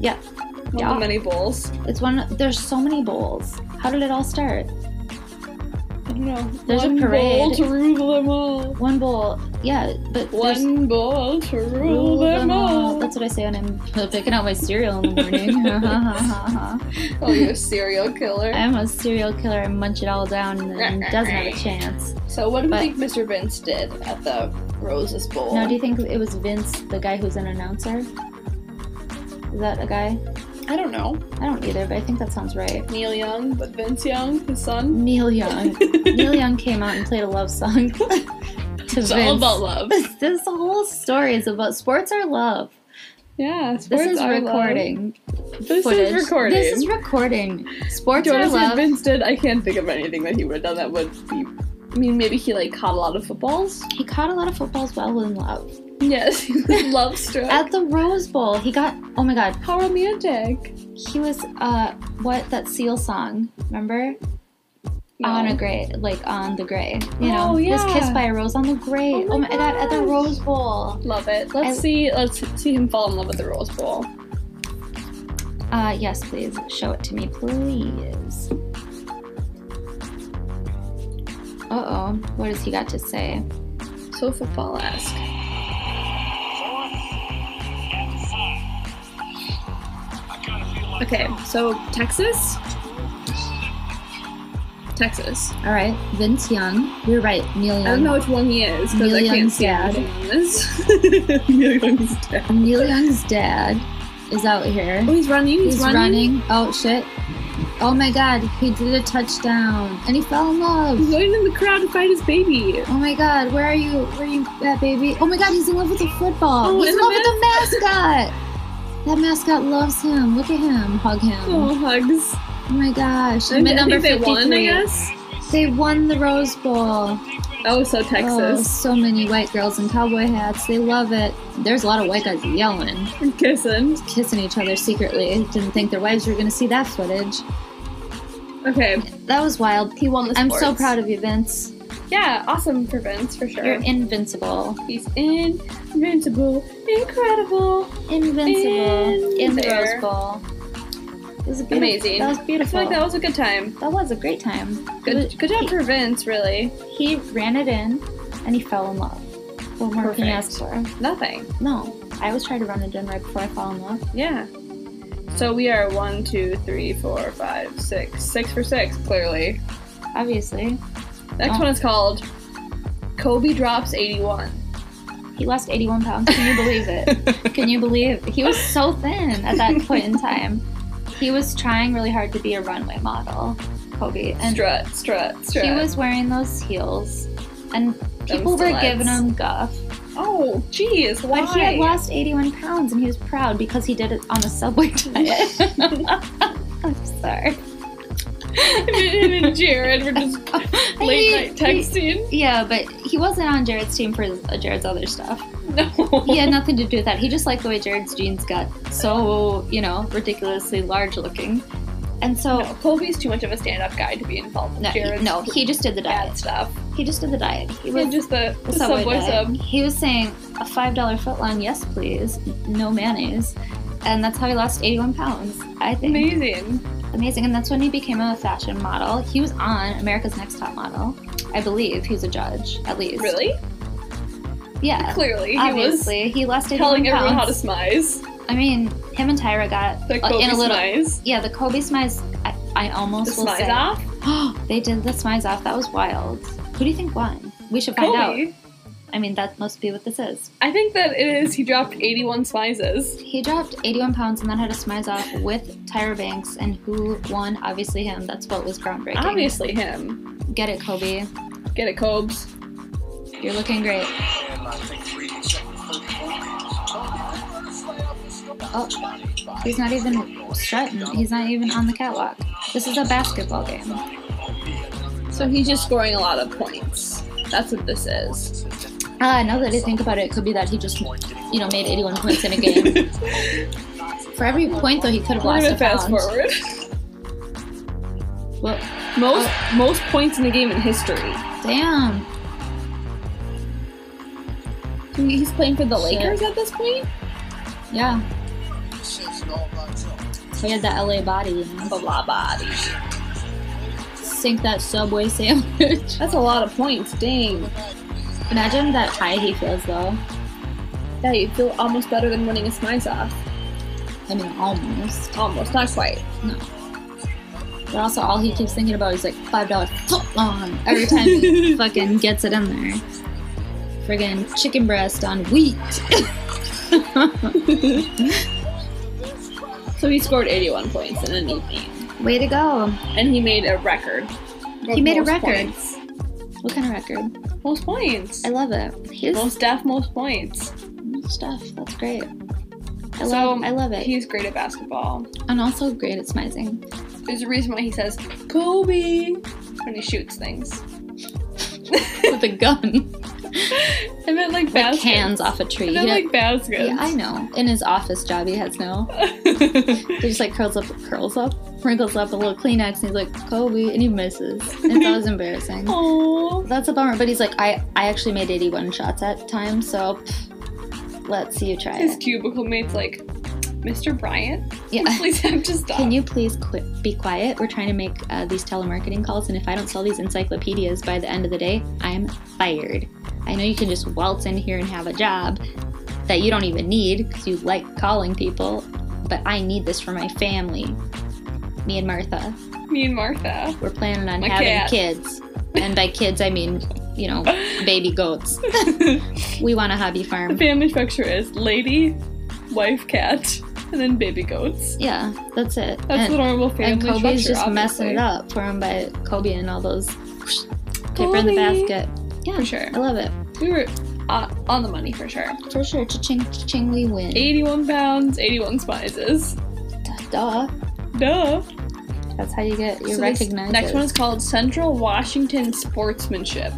Speaker 3: yeah,
Speaker 2: One
Speaker 3: Yeah.
Speaker 2: of the many bowls.
Speaker 3: it's one. There's so many bowls. How did it all start?
Speaker 2: I don't know.
Speaker 3: There's a
Speaker 2: one bowl
Speaker 3: parade.
Speaker 2: to rule them all.
Speaker 3: One bowl, yeah, but there's-
Speaker 2: One bowl to rule them all.
Speaker 3: That's what I say when I'm picking out my cereal in the morning. Ha, ha, ha, ha, ha.
Speaker 2: Oh, you're a serial killer.
Speaker 3: I'm a cereal killer. I munch it all down and then it doesn't have a chance.
Speaker 2: So what do you
Speaker 3: But-
Speaker 2: think Mr. Vince did at the Roses Bowl?
Speaker 3: Now, do you think it was Vince, the guy who's an announcer? Is that a guy?
Speaker 2: I don't know.
Speaker 3: I don't either, but I think that sounds right.
Speaker 2: Neil Young, but Vince Young, his son.
Speaker 3: Neil Young. Neil Young came out and played a love song to
Speaker 2: It's
Speaker 3: Vince.
Speaker 2: all about love.
Speaker 3: this whole story is about sports are love.
Speaker 2: Yeah,
Speaker 3: This
Speaker 2: sports
Speaker 3: is
Speaker 2: are love.
Speaker 3: recording.
Speaker 2: This
Speaker 3: footage.
Speaker 2: is recording.
Speaker 3: This is recording. Sports
Speaker 2: Do you
Speaker 3: are
Speaker 2: want to say
Speaker 3: love.
Speaker 2: Vince did? I can't think of anything that he would have done that would be. I mean, maybe he like caught a lot of footballs.
Speaker 3: He caught a lot of footballs while in love.
Speaker 2: Yes, love struck.
Speaker 3: At the Rose Bowl, he got oh my god,
Speaker 2: How romantic.
Speaker 3: he was uh what that seal song, remember? On a gray like on the gray. You know,
Speaker 2: Oh,
Speaker 3: was kissed
Speaker 2: yeah.
Speaker 3: by a rose on the gray.
Speaker 2: Oh my
Speaker 3: god, at the
Speaker 2: gosh.
Speaker 3: Rose Bowl.
Speaker 2: Love it. Let's
Speaker 3: I-
Speaker 2: see. Let's see him fall in love with the Rose Bowl.
Speaker 3: Uh yes, please. Show it to me, please. Uh oh, what has he got to say?
Speaker 2: So football-esque. Okay, so Texas. Texas.
Speaker 3: Alright, Vince Young. You're right, Neil Young.
Speaker 2: I don't know which one he is because
Speaker 3: Neil
Speaker 2: I can't
Speaker 3: Young's
Speaker 2: see
Speaker 3: dad.
Speaker 2: anything on this. Neil Young's dad.
Speaker 3: Neil Young's dad is out here.
Speaker 2: Oh, he's running. He's,
Speaker 3: He's running. Oh shit. Oh my god, he did a touchdown. And he fell in
Speaker 2: He's
Speaker 3: love.
Speaker 2: going in the crowd to find his baby.
Speaker 3: Oh my god, where are you? Where are you at, baby? Oh my god, he's in love with the football.
Speaker 2: Oh,
Speaker 3: he's in
Speaker 2: and
Speaker 3: love
Speaker 2: the
Speaker 3: with the mascot. That mascot loves him. Look at him. Hug him.
Speaker 2: Oh,
Speaker 3: Oh,
Speaker 2: hugs.
Speaker 3: my gosh.
Speaker 2: I
Speaker 3: I'm at
Speaker 2: think
Speaker 3: number
Speaker 2: they
Speaker 3: 53.
Speaker 2: won, I guess.
Speaker 3: They won the Rose Bowl.
Speaker 2: Oh, so
Speaker 3: Oh,
Speaker 2: Texas.
Speaker 3: so many white girls in cowboy hats. They love it. There's a lot of white guys yelling.
Speaker 2: Kissing.
Speaker 3: kissing each other secretly. Didn't think their wives were going to see that footage.
Speaker 2: Okay.
Speaker 3: That was wild.
Speaker 2: He won the
Speaker 3: I'm so proud of you, Vince.
Speaker 2: Yeah, awesome for Vince, for sure.
Speaker 3: You're invincible.
Speaker 2: He's invincible, incredible.
Speaker 3: Invincible.
Speaker 2: In
Speaker 3: In the
Speaker 2: there.
Speaker 3: Rose Bowl. It was a beautiful,
Speaker 2: Amazing.
Speaker 3: That was
Speaker 2: I feel
Speaker 3: beautiful.
Speaker 2: like that was a good time.
Speaker 3: That was a great time.
Speaker 2: Good, good job for Vince, really.
Speaker 3: He ran it in and he fell in love. What more can you ask for?
Speaker 2: Nothing.
Speaker 3: No. I always try to run it in right before I fall in love.
Speaker 2: Yeah. So we are one, two, three, four, five, six. Six for six, clearly.
Speaker 3: Obviously.
Speaker 2: Next
Speaker 3: Oh.
Speaker 2: one is called Kobe Drops 81.
Speaker 3: He lost 81 pounds. Can you believe it? Can you believe? He was so thin at that point in time. He was trying really hard to be a runway model, Kobe, and
Speaker 2: strut, strut, strut.
Speaker 3: he was wearing those heels, and
Speaker 2: Them
Speaker 3: people were
Speaker 2: stilettes.
Speaker 3: giving him guff.
Speaker 2: Oh, jeez, why?
Speaker 3: But he had lost 81 pounds, and he was proud because he did it on a subway diet. I'm sorry.
Speaker 2: Him and Jared were just
Speaker 3: I
Speaker 2: late night
Speaker 3: mean, he-
Speaker 2: texting.
Speaker 3: Yeah, but he wasn't on Jared's team for his- uh, Jared's other stuff.
Speaker 2: No.
Speaker 3: he had nothing to do with that. He just liked the way Jared's jeans got so, you know, ridiculously large looking. And so,
Speaker 2: No, Colby's too much of a stand-up guy to be involved. with
Speaker 3: no, he,
Speaker 2: Jared's
Speaker 3: no, he just did the
Speaker 2: bad
Speaker 3: diet.
Speaker 2: stuff.
Speaker 3: He just did the diet. He
Speaker 2: He
Speaker 3: was
Speaker 2: just the, the
Speaker 3: the
Speaker 2: subway,
Speaker 3: subway diet.
Speaker 2: sub.
Speaker 3: He was saying a five dollar foot long, yes please, no mayonnaise, and that's how he lost eighty one pounds. I think
Speaker 2: Amazing.
Speaker 3: amazing, and that's when he became a fashion model. He was on America's Next Top Model, I believe. He's a judge, at least.
Speaker 2: Really?
Speaker 3: Yeah.
Speaker 2: Clearly, he
Speaker 3: Obviously, he lost
Speaker 2: was
Speaker 3: 81
Speaker 2: telling
Speaker 3: pounds.
Speaker 2: everyone how to smize.
Speaker 3: I mean, him and Tyra got
Speaker 2: The
Speaker 3: uh,
Speaker 2: Kobe
Speaker 3: in a little.
Speaker 2: smize.
Speaker 3: Yeah, the Kobe smize. I, I
Speaker 2: The
Speaker 3: almost will
Speaker 2: smize
Speaker 3: say.
Speaker 2: off.
Speaker 3: they did the smize off. That was wild. Who do you think won? We should find out.
Speaker 2: Kobe.
Speaker 3: I mean, that must be what this is.
Speaker 2: I think that it is. He dropped 81 smizes.
Speaker 3: He dropped 81 pounds and then had a smize off with Tyra Banks. And who won? Obviously him. That's what was groundbreaking.
Speaker 2: Obviously, him.
Speaker 3: Get it, Kobe.
Speaker 2: Get it, Cobes.
Speaker 3: You're looking great. Oh, he's not even strutting. He's not even on the catwalk. This is a basketball game.
Speaker 2: So he's just scoring a lot of points. That's what this is.
Speaker 3: Ah, now that I think about it, it could be that he just, you know, made 81 points in a game. For every point, though, he could have
Speaker 2: We're
Speaker 3: lost
Speaker 2: gonna
Speaker 3: a
Speaker 2: fast
Speaker 3: pound.
Speaker 2: forward.
Speaker 3: Well,
Speaker 2: Most most points in the game in history.
Speaker 3: damn.
Speaker 2: He's playing for the
Speaker 3: Shit.
Speaker 2: Lakers at this point.
Speaker 3: Yeah. He had that LA body, you know.
Speaker 2: The La Body.
Speaker 3: Sink that Subway sandwich.
Speaker 2: That's a lot of points. Dang.
Speaker 3: Imagine that high he feels, though.
Speaker 2: Yeah, you feel almost better than winning a smize off.
Speaker 3: I mean, almost.
Speaker 2: Almost, not quite.
Speaker 3: But also, all he keeps thinking about is like five dollars foot long every time he fucking gets it in there. Friggin' chicken breast on wheat.
Speaker 2: So he scored 81 points in an evening,
Speaker 3: Way to go!
Speaker 2: and he made a record.
Speaker 3: He made a
Speaker 2: Most
Speaker 3: record.
Speaker 2: points.
Speaker 3: What kind of record?
Speaker 2: Most points.
Speaker 3: I love it. He's
Speaker 2: Most deaf, most points.
Speaker 3: stuff. That's great. I
Speaker 2: So,
Speaker 3: love. I love it.
Speaker 2: He's great at basketball.
Speaker 3: And also great at smizing.
Speaker 2: There's a reason why he says Kobe when he shoots things.
Speaker 3: With a gun.
Speaker 2: I meant like
Speaker 3: Like
Speaker 2: baskets.
Speaker 3: cans off a tree.
Speaker 2: I
Speaker 3: You
Speaker 2: meant
Speaker 3: know-
Speaker 2: like baskets.
Speaker 3: yeah, I know. In his office job he has now. He just like curls up, curls up, wrinkles up a little Kleenex, and he's like Kobe, and he misses. And it's always embarrassing.
Speaker 2: Aww.
Speaker 3: That's a bummer, but he's like, I, I actually made 81 shots at time, so pff, let's see you try
Speaker 2: His
Speaker 3: it.
Speaker 2: cubicle mate's like, Mr. Bryant,
Speaker 3: Yeah.
Speaker 2: please have to stop.
Speaker 3: Can you please quit, be quiet? We're trying to make uh, these telemarketing calls, and if I don't sell these encyclopedias by the end of the day, I'm fired. I know you can just waltz in here and have a job that you don't even need because you like calling people, but I need this for my family. Me and Martha,
Speaker 2: Me and Martha.
Speaker 3: we're planning on
Speaker 2: My
Speaker 3: having
Speaker 2: cat.
Speaker 3: kids. And by kids, I mean, you know, baby goats.
Speaker 2: the
Speaker 3: We want a hobby farm.
Speaker 2: family structure is lady, wife, cat, and then baby goats.
Speaker 3: Yeah, that's it.
Speaker 2: That's
Speaker 3: and,
Speaker 2: the normal family
Speaker 3: and
Speaker 2: structure.
Speaker 3: Kobe's just
Speaker 2: obviously.
Speaker 3: messing it up for him by Kobe and all those paper in
Speaker 2: Kobe.
Speaker 3: the basket. Yeah,
Speaker 2: For sure.
Speaker 3: I love it.
Speaker 2: We were uh, on the money for sure.
Speaker 3: For sure, cha-ching, cha-ching, we win.
Speaker 2: 81 pounds, 81 spices.
Speaker 3: Duh.
Speaker 2: Duh.
Speaker 3: That's how you get you
Speaker 2: So this
Speaker 3: recognize.
Speaker 2: Next one is called Central Washington Sportsmanship.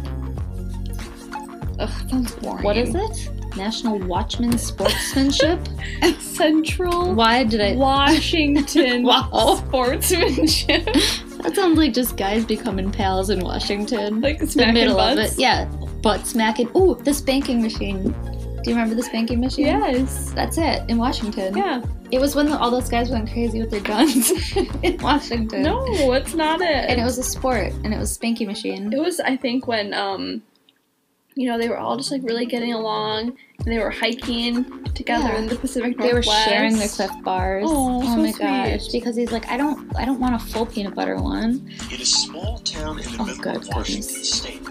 Speaker 2: Ugh, sounds boring.
Speaker 3: what is it? National Watchman Sportsmanship.
Speaker 2: Central
Speaker 3: Why did I?
Speaker 2: Washington
Speaker 3: Wow.
Speaker 2: Sportsmanship.
Speaker 3: That sounds like just guys becoming pals in Washington.
Speaker 2: like
Speaker 3: the
Speaker 2: smacking
Speaker 3: middle of
Speaker 2: butts.
Speaker 3: it, yeah. Butt smacking. Ooh, the spanking machine. Do you remember the spanking machine?
Speaker 2: Yes.
Speaker 3: That's it in Washington.
Speaker 2: Yeah.
Speaker 3: It was when the, all those guys went crazy with their guns in Washington.
Speaker 2: No, it's not it.
Speaker 3: And it was a sport, and it was Spanky Machine.
Speaker 2: It was, I think, when um, you know, they were all just like really getting along, and they were hiking together
Speaker 3: Yeah.
Speaker 2: in the Pacific
Speaker 3: They were
Speaker 2: Northwest.
Speaker 3: sharing their Cliff Bars.
Speaker 2: Oh, so
Speaker 3: my
Speaker 2: sweet.
Speaker 3: gosh! Because he's like, I don't, I don't want a full peanut butter one.
Speaker 6: In a small town in the
Speaker 3: Oh,
Speaker 6: middle
Speaker 3: good
Speaker 6: of Washington
Speaker 3: goodness.
Speaker 6: State,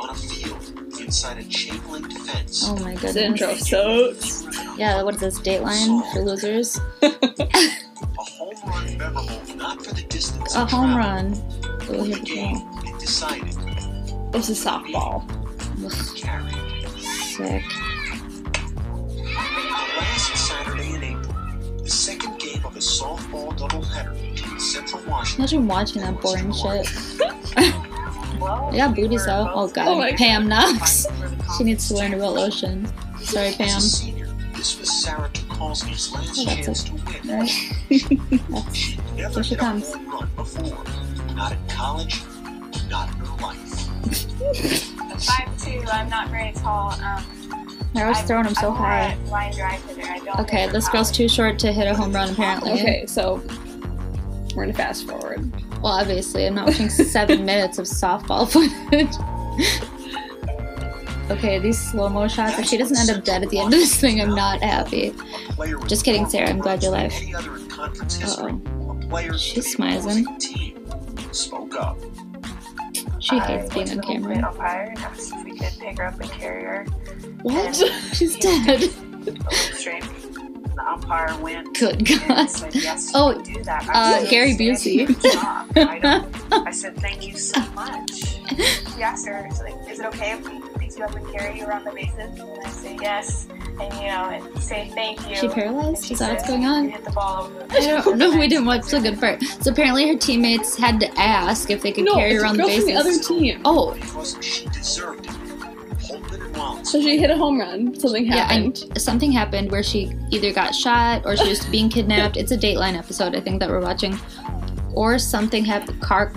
Speaker 6: on a field inside a chain link fence.
Speaker 3: Oh my goodness!
Speaker 2: The intro sucks.
Speaker 3: Yeah, what is this Dateline for losers?
Speaker 6: A home run memorable not for the distance
Speaker 3: A
Speaker 6: of
Speaker 3: home
Speaker 6: travel,
Speaker 3: run. Oh,
Speaker 6: or
Speaker 3: here we
Speaker 6: the game
Speaker 3: go.
Speaker 6: it decided
Speaker 2: It was a softball.
Speaker 3: Ugh,
Speaker 6: carried.
Speaker 3: sick.
Speaker 6: Last Saturday in April, the second game of a softball doubleheader between Central Washington
Speaker 3: Imagine watching that boring shit. I got booties though. Oh god.
Speaker 2: Oh my
Speaker 3: Pam Knox. she needs to learn about lotion. Sorry,
Speaker 6: as a
Speaker 3: Pam.
Speaker 6: senior This was Sarah Tukolsky's last
Speaker 7: Oh, that's
Speaker 6: chance to win.
Speaker 7: Right?
Speaker 6: She
Speaker 7: Here
Speaker 6: never
Speaker 7: she
Speaker 6: hit a
Speaker 7: comes.
Speaker 6: home run before. Not in college, not in her life.
Speaker 8: I'm 5'2", I'm not very tall. Um,
Speaker 3: I was
Speaker 8: I-
Speaker 3: throwing him so
Speaker 8: I'm
Speaker 3: high.
Speaker 8: more a Line drive hitter. I don't
Speaker 3: Okay,
Speaker 8: hit
Speaker 3: this
Speaker 8: for
Speaker 3: girl's
Speaker 8: power.
Speaker 3: too short to hit a home run, apparently.
Speaker 2: Okay, so we're gonna fast forward.
Speaker 3: Well, obviously, I'm not watching seven minutes of softball footage. okay, these slow mo shots. If she doesn't end up dead at the end of this thing, I'm not happy.
Speaker 6: player with
Speaker 3: Just kidding,
Speaker 6: more
Speaker 3: Sarah, I'm glad
Speaker 6: runs
Speaker 3: you're
Speaker 6: than
Speaker 3: live.
Speaker 6: Any other in conference history.
Speaker 3: Uh-oh.
Speaker 6: A player
Speaker 3: She's
Speaker 6: for the opposing
Speaker 3: smiling.
Speaker 6: Team spoke up.
Speaker 3: She
Speaker 8: I
Speaker 3: hates being
Speaker 8: was
Speaker 3: on
Speaker 8: a little
Speaker 3: camera.
Speaker 8: bit up higher, and I was- we could pick her up and carry her
Speaker 3: What? She's dead.
Speaker 8: straight. And The umpire went.
Speaker 3: Good
Speaker 8: and
Speaker 3: God.
Speaker 8: said, yes,
Speaker 3: Oh,
Speaker 8: you can do that.
Speaker 3: uh,
Speaker 8: I said,
Speaker 3: Gary
Speaker 8: "Yes,
Speaker 3: Busey."
Speaker 8: good job. I, don't- I said, thank you so much. Yeah, sir. He's like, is it okay if we pick you up and carry you around the bases? And I say, yes. And, you know, and say thank you.
Speaker 3: She
Speaker 8: And
Speaker 3: paralyzed?
Speaker 8: she
Speaker 3: Is that what's
Speaker 8: said,
Speaker 3: going
Speaker 8: "You
Speaker 3: on?
Speaker 8: hit the ball over the-
Speaker 3: I don't know. We didn't watch the good part. So apparently, her teammates had to ask if they could
Speaker 2: no,
Speaker 3: carry
Speaker 2: it's
Speaker 3: her
Speaker 2: a
Speaker 3: on the
Speaker 2: girl from the other
Speaker 3: bases.
Speaker 2: team.
Speaker 3: Oh,
Speaker 6: Because she deserved it. Holtman and Rollins.
Speaker 2: So she hit a home run. Something
Speaker 3: Yeah, and-
Speaker 2: happened.
Speaker 3: something happened where she either got shot or she was being kidnapped. It's a Dateline episode, I think, that we're watching, or something happened. Car,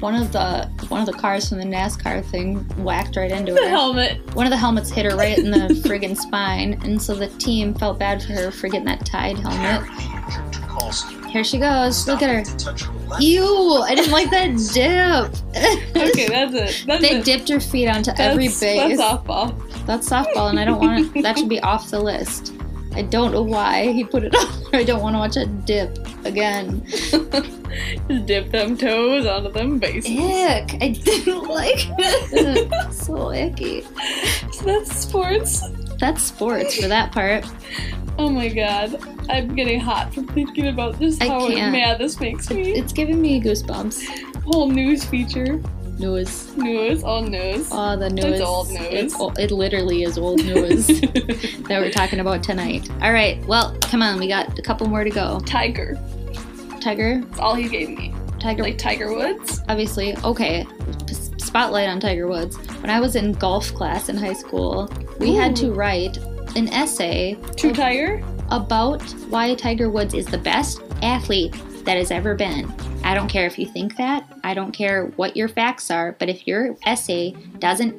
Speaker 3: one of the one of the cars from the NASCAR thing whacked right into
Speaker 2: the
Speaker 3: her.
Speaker 2: helmet.
Speaker 3: One of the helmets hit her right in the friggin' spine, and so the team felt bad for her for getting that tied helmet.
Speaker 6: Harry Lee injured Tukolsky.
Speaker 3: Here she goes. Look at her.
Speaker 6: To touch her left
Speaker 3: Ew! I didn't like that dip.
Speaker 2: Okay, that's it. That's
Speaker 3: They
Speaker 2: it.
Speaker 3: dipped her feet onto every
Speaker 2: that's,
Speaker 3: base.
Speaker 2: That's softball.
Speaker 3: That's softball, and I don't want it. That should be off the list. I don't know why he put it on. I don't want to watch it dip again.
Speaker 2: Just dip them toes onto them bases.
Speaker 3: Ick! I didn't like it. so icky.
Speaker 2: So that's sports.
Speaker 3: That's sports for that part.
Speaker 2: Oh my god. I'm getting hot from thinking about this.
Speaker 3: I
Speaker 2: how
Speaker 3: can't.
Speaker 2: mad this makes me.
Speaker 3: It's giving me goosebumps.
Speaker 2: Whole news feature.
Speaker 3: News.
Speaker 2: News, all news.
Speaker 3: Oh, the news.
Speaker 2: It's old news.
Speaker 3: It's o- it literally is old news that we're talking about tonight. All right. Well, come on. We got a couple more to go.
Speaker 2: Tiger.
Speaker 3: Tiger.
Speaker 2: That's all he gave me.
Speaker 3: Tiger.
Speaker 2: Like Tiger Woods.
Speaker 3: obviously okay p- spotlight on tiger woods when i was in golf class in high school we had to write an essay
Speaker 2: True Tiger.
Speaker 3: about why tiger woods is the best athlete that has ever been i don't care if you think that i don't care what your facts are but if your essay doesn't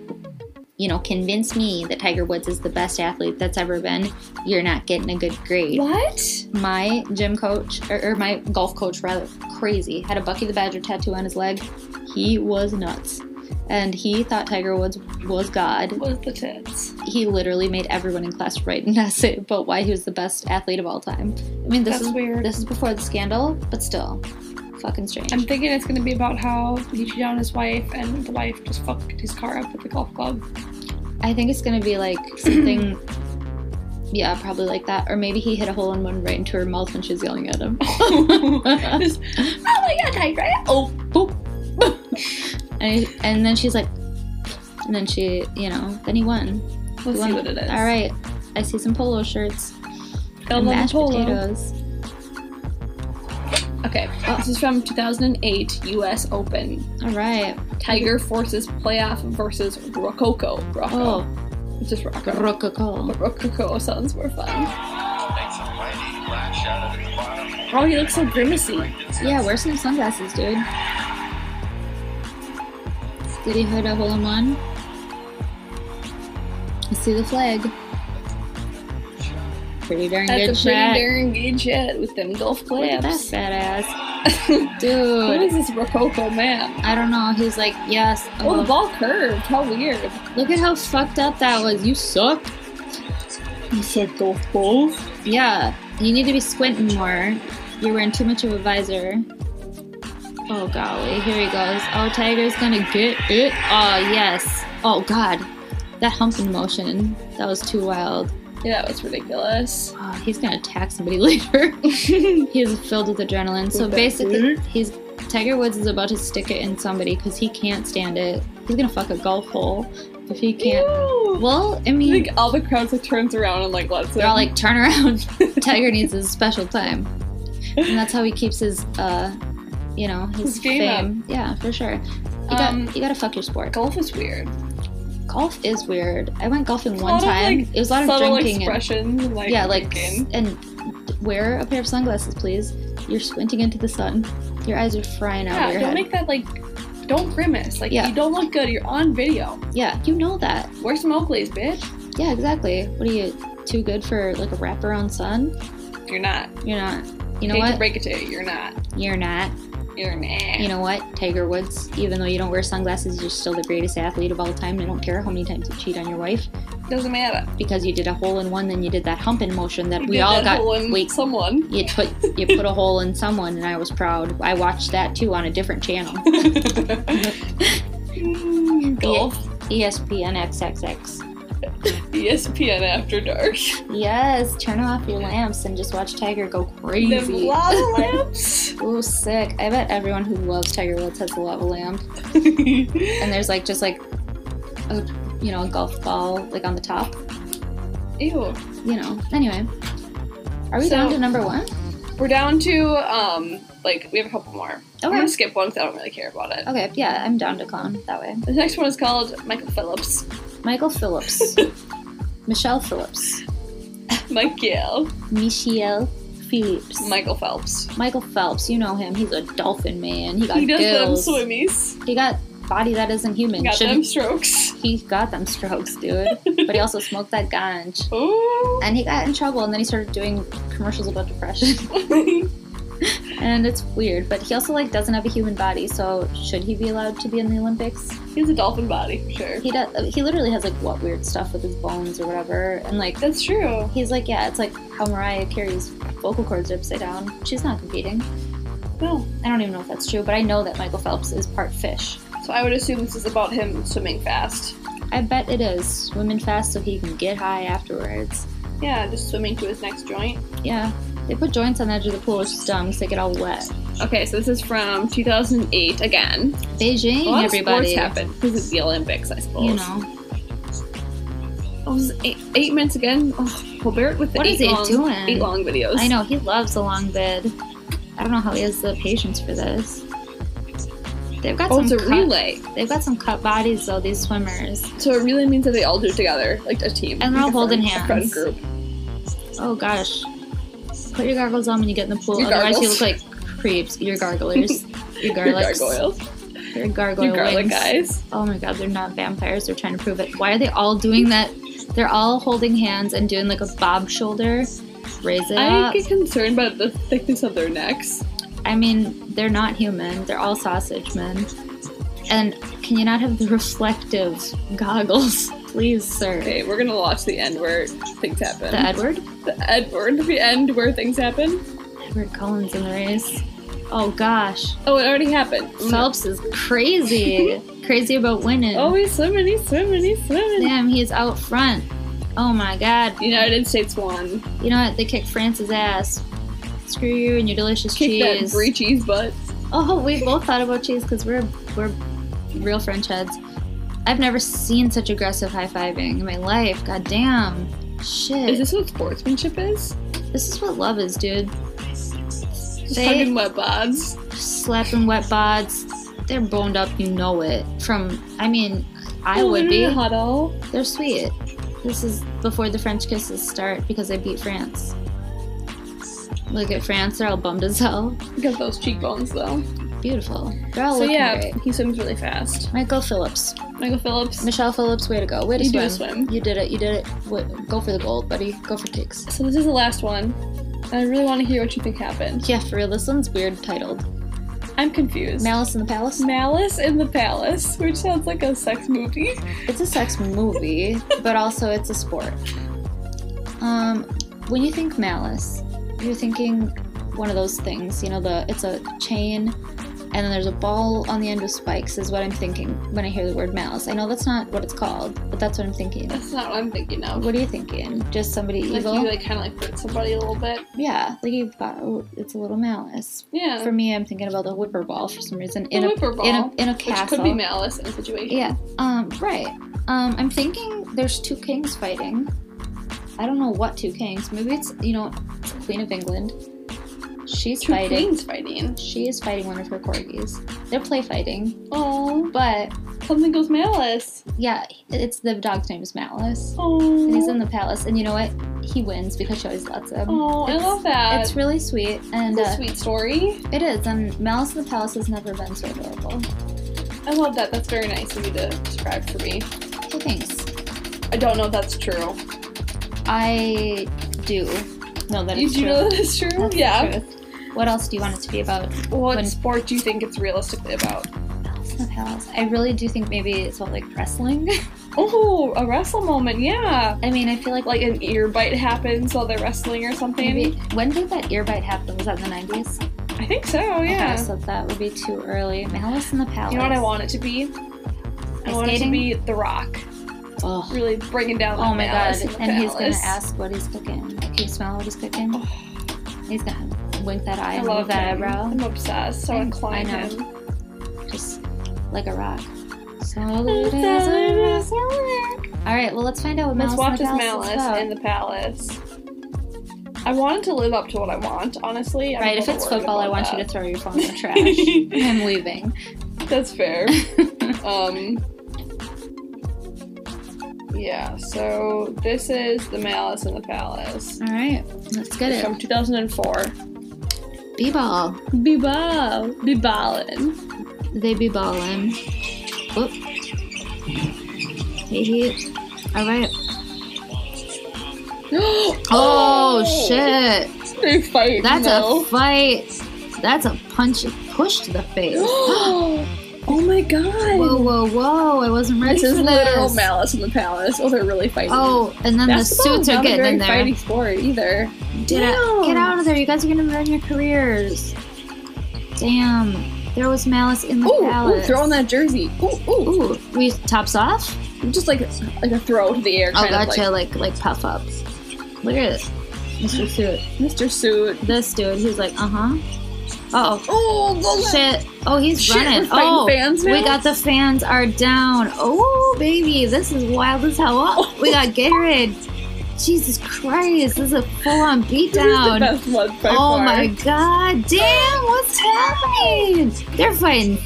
Speaker 3: you know convince me that tiger woods is the best athlete that's ever been you're not getting a good grade
Speaker 2: What?
Speaker 3: my gym coach or, or my golf coach rather crazy had a bucky the badger tattoo on his leg he was nuts and he thought tiger woods was god
Speaker 2: What is the tits?
Speaker 3: he literally made everyone in class write an essay about why he was the best athlete of all time i mean this
Speaker 2: That's
Speaker 3: is
Speaker 2: weird.
Speaker 3: this is before the scandal but still fucking strange
Speaker 2: I'm thinking it's gonna be about how he cheated on his wife and the wife just fucked his car up with the golf club.
Speaker 3: i think it's gonna be like something yeah probably like that or maybe he hit a hole in one right into her mouth when she was yelling at him
Speaker 2: Just, oh my god, Tiger!
Speaker 3: oh, boop. and, and then she's like, and then she, you know, then he won.
Speaker 2: We'll
Speaker 3: He won.
Speaker 2: see what it is.
Speaker 3: All right. I see some polo shirts.
Speaker 2: Got
Speaker 3: and
Speaker 2: a
Speaker 3: mashed
Speaker 2: polo.
Speaker 3: potatoes.
Speaker 2: Okay, this is from 2008 U.S. Open.
Speaker 3: All right.
Speaker 2: Tiger forces playoff versus Rococo. Rocco.
Speaker 3: Oh,
Speaker 2: It's just Rocco.
Speaker 3: rococo.
Speaker 2: But Rococo sounds more fun.
Speaker 5: Thanks to Randy, lash out of the bottom.
Speaker 2: Oh, he looks so grimacy.
Speaker 3: Yeah, wear some sunglasses, dude. Did he hit a hole in one? I see the flag. Pretty darn good
Speaker 2: That's a pretty
Speaker 3: shot.
Speaker 2: darn good shot with them golf
Speaker 3: Look at that
Speaker 2: clubs.
Speaker 3: fat ass.
Speaker 2: Who is
Speaker 3: Dude,
Speaker 2: this Rococo man?
Speaker 3: I don't know. He's like, yes.
Speaker 2: Oh, the
Speaker 3: oh,
Speaker 2: ball curved. How weird.
Speaker 3: Look at how fucked up that was. You suck.
Speaker 2: You said golf balls?
Speaker 3: Yeah, you need to be squinting more. You're wearing too much of a visor. Oh golly, here he goes. Oh, Tiger's gonna get it. Oh yes. Oh god, that humping motion. That was too wild.
Speaker 2: Yeah, that was ridiculous.
Speaker 3: Oh, he's gonna attack somebody later. he is filled with adrenaline. So
Speaker 2: With that
Speaker 3: basically, he's Tiger Woods is about to stick it in somebody because he can't stand it. He's gonna fuck a golf hole if he can't.
Speaker 2: Ew.
Speaker 3: Well, I
Speaker 2: I
Speaker 3: mean,
Speaker 2: think all the crowds like turns around and like lets
Speaker 3: They're
Speaker 2: him.
Speaker 3: all like, turn around. Tiger needs his special time. And that's how he keeps his, uh, you know, his,
Speaker 2: His game
Speaker 3: fame. Yeah, for sure. You,
Speaker 2: Um,
Speaker 3: got, you gotta fuck your sport.
Speaker 2: golf is weird.
Speaker 3: golf is weird. I went golfing
Speaker 2: A
Speaker 3: one
Speaker 2: lot of,
Speaker 3: time.
Speaker 2: like,
Speaker 3: it was a lot of
Speaker 2: Subtle
Speaker 3: drinking and
Speaker 2: expressions, like
Speaker 3: yeah, like
Speaker 2: drinking.
Speaker 3: s- and wear a pair of sunglasses, please. You're squinting into the sun. Your eyes are frying out
Speaker 2: yeah,
Speaker 3: of your
Speaker 2: don't
Speaker 3: head.
Speaker 2: make that like. Don't grimace. Like
Speaker 3: Yeah.
Speaker 2: you don't look good. You're on video.
Speaker 3: yeah, you know that.
Speaker 2: Wear some Oakleys, bitch.
Speaker 3: Yeah, exactly. What are you too good for like a wraparound sun?
Speaker 2: You're not.
Speaker 3: You're not. You know
Speaker 2: Hate
Speaker 3: what?
Speaker 2: to break it to you. You're not.
Speaker 3: You're not.
Speaker 2: You're not.
Speaker 3: You know what? Tiger Woods, even though you don't wear sunglasses, you're still the greatest athlete of all time. I don't care how many times you cheat on your wife
Speaker 2: doesn't matter.
Speaker 3: because you did a hole in one, then you did that humping motion that
Speaker 2: You
Speaker 3: we
Speaker 2: did
Speaker 3: all
Speaker 2: that
Speaker 3: got.
Speaker 2: hole in
Speaker 3: wait,
Speaker 2: someone.
Speaker 3: you put you put a hole in someone, and I was proud. I watched that too on a different channel,
Speaker 2: Mm,
Speaker 3: E
Speaker 2: Golf. E
Speaker 3: ESPN XXX.
Speaker 2: ESPN after dark.
Speaker 3: Yes, turn off your lamps and just watch Tiger go
Speaker 2: Them
Speaker 3: crazy.
Speaker 2: lava lamps.
Speaker 3: Ooh, sick! I bet everyone who loves Tiger Woods has a lava lamp, and there's like just like a you know a golf ball like on the top.
Speaker 2: Ew.
Speaker 3: you know. Anyway, are we
Speaker 2: So-
Speaker 3: down to number one?
Speaker 2: We're down to um like we have a couple more. I'm gonna skip one because I don't really care about it.
Speaker 3: Okay, yeah, I'm down to clown that way.
Speaker 2: The next one is called Michael Phillips.
Speaker 3: Michael Phillips, Michelle Phillips,
Speaker 2: Mike Gale.
Speaker 3: Michelle Phillips,
Speaker 2: Michael Phelps.
Speaker 3: Michael Phelps. You know him. He's a dolphin man. He got
Speaker 2: He does
Speaker 3: gills.
Speaker 2: them swimmies.
Speaker 3: He got body that isn't human.
Speaker 2: Got
Speaker 3: Should-
Speaker 2: them strokes.
Speaker 3: He got them strokes, dude. but he also smoked that ganj.
Speaker 2: Ooh.
Speaker 3: And he got in trouble, and then he started doing commercials about depression. and it's weird, but he also like doesn't have a human body, so should he be allowed to be in the Olympics?
Speaker 2: He has a dolphin body, for sure.
Speaker 3: He does. He literally has like what weird stuff with his bones or whatever, and like
Speaker 2: That's true.
Speaker 3: he's like, yeah, it's like how Mariah Carey's vocal cords are upside down. She's not competing.
Speaker 2: No.
Speaker 3: I don't even know if that's true, but I know that Michael Phelps is part fish.
Speaker 2: So I would assume this is about him swimming fast.
Speaker 3: I bet it is swimming fast so he can get high afterwards.
Speaker 2: Yeah, just swimming to his next joint.
Speaker 3: Yeah, they put joints on the edge of the pool, which is dumb because they get all wet.
Speaker 2: Okay, so this is from 2008 again.
Speaker 3: Beijing,
Speaker 2: A lot of
Speaker 3: everybody.
Speaker 2: sports happened. This is the Olympics, I suppose.
Speaker 3: You know
Speaker 2: Oh, this is eight, eight minutes again. Oh, Colbert with the
Speaker 3: What
Speaker 2: eight
Speaker 3: is it
Speaker 2: long,
Speaker 3: doing?
Speaker 2: Eight long videos.
Speaker 3: I know he loves a long vid. I don't know how he has the patience for this. They've got
Speaker 2: Oh,
Speaker 3: some
Speaker 2: it's a
Speaker 3: cut-
Speaker 2: relay.
Speaker 3: They've got some cut bodies though. These swimmers.
Speaker 2: So it really means that they all do it together, like a team.
Speaker 3: And they're all
Speaker 2: Like a
Speaker 3: holding
Speaker 2: friend- a friend
Speaker 3: hands.
Speaker 2: group.
Speaker 3: Oh gosh. Put your goggles on when you get in the pool.
Speaker 2: Your
Speaker 3: Otherwise,
Speaker 2: gargles.
Speaker 3: you look like creeps. Your garglers. your garlics.
Speaker 2: Your gargoyles.
Speaker 3: Your gargoyle
Speaker 2: Your garlic
Speaker 3: wings.
Speaker 2: guys.
Speaker 3: Oh my god, they're not vampires. They're trying to prove it. Why are they all doing that? They're all holding hands and doing like a bob shoulder. Raise it
Speaker 2: I
Speaker 3: up.
Speaker 2: get concerned about the thickness of their necks.
Speaker 3: I mean, they're not human. They're all sausage men. And can you not have the reflective goggles? Please, sir.
Speaker 2: Okay, we're gonna watch the end where things happen.
Speaker 3: The Edward?
Speaker 2: the Edward, the end where things happen.
Speaker 3: Edward Collins in the race. Oh gosh.
Speaker 2: Oh, it already happened.
Speaker 3: Phelps is crazy. crazy about winning.
Speaker 2: Oh, he's swimming, he's swimming, he's swimming.
Speaker 3: Damn, he's out front. Oh my god.
Speaker 2: The United States won.
Speaker 3: You know what? They kicked France's ass. Screw you and your delicious
Speaker 2: Kick
Speaker 3: cheese.
Speaker 2: that brie cheese butt.
Speaker 3: Oh, we both thought about cheese because we're we're real French heads. I've never seen such aggressive high fiving in my life. God damn. Shit.
Speaker 2: Is this what sportsmanship is?
Speaker 3: This is what love is, dude.
Speaker 2: Just
Speaker 3: They
Speaker 2: Hugging wet bods.
Speaker 3: slapping wet bods. They're boned up, you know it. From, I mean, I
Speaker 2: Oh,
Speaker 3: would
Speaker 2: they're in
Speaker 3: be.
Speaker 2: a Huddle.
Speaker 3: They're sweet. This is before the French kisses start because they beat France. Look at France, they're all bummed as hell.
Speaker 2: Got those cheekbones though.
Speaker 3: Beautiful. They're all
Speaker 2: so
Speaker 3: looking
Speaker 2: yeah,
Speaker 3: great.
Speaker 2: he swims really fast.
Speaker 3: Michael Phillips.
Speaker 2: Michael Phillips.
Speaker 3: Michelle Phillips, way to go. Way to
Speaker 2: You do
Speaker 3: swim.
Speaker 2: a swim.
Speaker 3: You did it. You did it. Wait, go for the gold, buddy. Go for kicks.
Speaker 2: So this is the last one. And I really want to hear what you think happened.
Speaker 3: Yeah, for real. This one's weird titled.
Speaker 2: I'm confused.
Speaker 3: Malice in the Palace.
Speaker 2: Malice in the Palace, which sounds like a sex movie.
Speaker 3: It's a sex movie, but also it's a sport. Um, when you think malice, you're thinking one of those things. You know, the it's a chain, and then there's a ball on the end with spikes. Is what I'm thinking when I hear the word malice. I know that's not what it's called, but that's what I'm thinking.
Speaker 2: That's not what I'm thinking of.
Speaker 3: What are you thinking? Just somebody
Speaker 2: like
Speaker 3: evil?
Speaker 2: you like kind of like hurt somebody a little bit.
Speaker 3: yeah, like you've got. oh, It's a little malice.
Speaker 2: Yeah.
Speaker 3: For me, I'm thinking about the whipper ball for some reason
Speaker 2: Um, The
Speaker 3: in a,
Speaker 2: whipper
Speaker 3: in
Speaker 2: ball,
Speaker 3: a in a
Speaker 2: which
Speaker 3: castle.
Speaker 2: could be malice in a situation.
Speaker 3: Yeah. Um. Right. Um. I'm thinking there's two kings fighting. I don't know what two kings. Maybe it's you know, Queen of England. She's
Speaker 2: Two
Speaker 3: fighting.
Speaker 2: queens fighting.
Speaker 3: She is fighting one of her corgis. They're play fighting,
Speaker 2: Oh.
Speaker 3: but
Speaker 2: something goes malice.
Speaker 3: Yeah, it's the dog's name is Malice.
Speaker 2: Oh,
Speaker 3: And he's in the palace, and you know what? He wins because she always lets him.
Speaker 2: oh I
Speaker 3: It's-
Speaker 2: love that.
Speaker 3: It's really sweet, and
Speaker 2: It's a
Speaker 3: uh,
Speaker 2: sweet story.
Speaker 3: it is. And Malice in the Palace has never been so adorable.
Speaker 2: I love that. That's very nice of you to describe for me.
Speaker 3: Hey, thanks.
Speaker 2: I don't know if that's true.
Speaker 3: I do know that
Speaker 2: You
Speaker 3: it's
Speaker 2: do
Speaker 3: true.
Speaker 2: know that it's true?
Speaker 3: That's the
Speaker 2: yeah.
Speaker 3: truth. What else do you want it to be about?
Speaker 2: What
Speaker 3: When-
Speaker 2: sport do you think it's realistically about?
Speaker 3: Malice in the Palace. I really do think maybe it's about like wrestling.
Speaker 2: Oh, a wrestle moment, yeah.
Speaker 3: I mean, I feel like
Speaker 2: Like an ear bite happens while they're wrestling or something.
Speaker 3: maybe when did that ear bite happen? Was that in the nineties?
Speaker 2: I think so, Oh, yeah.
Speaker 3: Okay, so that would be too early. Malice in the Palace.
Speaker 2: You know what I want it to be? I
Speaker 3: Ice
Speaker 2: want it to
Speaker 3: skating?
Speaker 2: be The Rock.
Speaker 3: Ugh.
Speaker 2: Really bringing down
Speaker 3: Oh
Speaker 2: like,
Speaker 3: my god!
Speaker 2: Malice in the
Speaker 3: And he's gonna
Speaker 2: Palace.
Speaker 3: ask what he's cooking. Can you smell what he's cooking? He's gonna wink that eye,
Speaker 2: Oh. I
Speaker 3: and
Speaker 2: love
Speaker 3: move that
Speaker 2: him.
Speaker 3: eyebrow,
Speaker 2: I'm obsessed. So I want to
Speaker 3: I
Speaker 2: climb
Speaker 3: know.
Speaker 2: him.
Speaker 3: just like a rock. Solid as a rock. All right, well let's find out what
Speaker 2: Let's watch
Speaker 3: Malice
Speaker 2: his
Speaker 3: in the Palace is
Speaker 2: malice
Speaker 3: about.
Speaker 2: in the palace. I wanted to live up to what I want, honestly. I'm
Speaker 3: right, if
Speaker 2: a little
Speaker 3: it's
Speaker 2: worried
Speaker 3: football, I
Speaker 2: about
Speaker 3: want
Speaker 2: that.
Speaker 3: you to throw your phone in the trash. I'm leaving.
Speaker 2: That's fair. um, yeah, so this is The Malice in the Palace.
Speaker 3: All right, let's get
Speaker 2: From
Speaker 3: it.
Speaker 2: 2004.
Speaker 3: B-ball.
Speaker 2: Be ball. Be ballin'.
Speaker 3: They be balling. Whoop. Hey, hey. All right.
Speaker 2: oh,
Speaker 3: Oh, shit!
Speaker 2: They fight.
Speaker 3: That's
Speaker 2: no.
Speaker 3: a fight. That's a punch push to the face.
Speaker 2: oh my god.
Speaker 3: Whoa, whoa, whoa! I wasn't ready
Speaker 2: this is
Speaker 3: for
Speaker 2: literal
Speaker 3: this.
Speaker 2: Malice in the Palace. Oh, they're really fighting.
Speaker 3: Oh, and then the
Speaker 2: Basketball is
Speaker 3: suits are
Speaker 2: not a
Speaker 3: getting
Speaker 2: very
Speaker 3: in there.
Speaker 2: Fighting sport either.
Speaker 3: Get, out,
Speaker 2: Damn.
Speaker 3: get out of there! You guys are gonna ruin your careers. Damn! There was malice in the
Speaker 2: Ooh, ooh
Speaker 3: palace.
Speaker 2: throw on that jersey. Ooh, ooh,
Speaker 3: Ooh, we tops off.
Speaker 2: just like like a throw to the air.
Speaker 3: Oh,
Speaker 2: Kind
Speaker 3: gotcha!
Speaker 2: Of
Speaker 3: Like, like puff up. Look at this, Mr. Suit.
Speaker 2: like Mr. Suit.
Speaker 3: This dude, he's like, uh huh. Uh oh.
Speaker 2: Oh, look at-
Speaker 3: Shit. Oh, he's
Speaker 2: Shit,
Speaker 3: running.
Speaker 2: we're fighting
Speaker 3: oh,
Speaker 2: fans now?
Speaker 3: we got the fans are down. Oh, baby, this is wild as hell. Oh, we got Garrett. Jesus Christ, this is a full on
Speaker 2: This is the
Speaker 3: beatdown.
Speaker 2: best one by
Speaker 3: Oh
Speaker 2: far.
Speaker 3: my god, damn, what's happening? They're fighting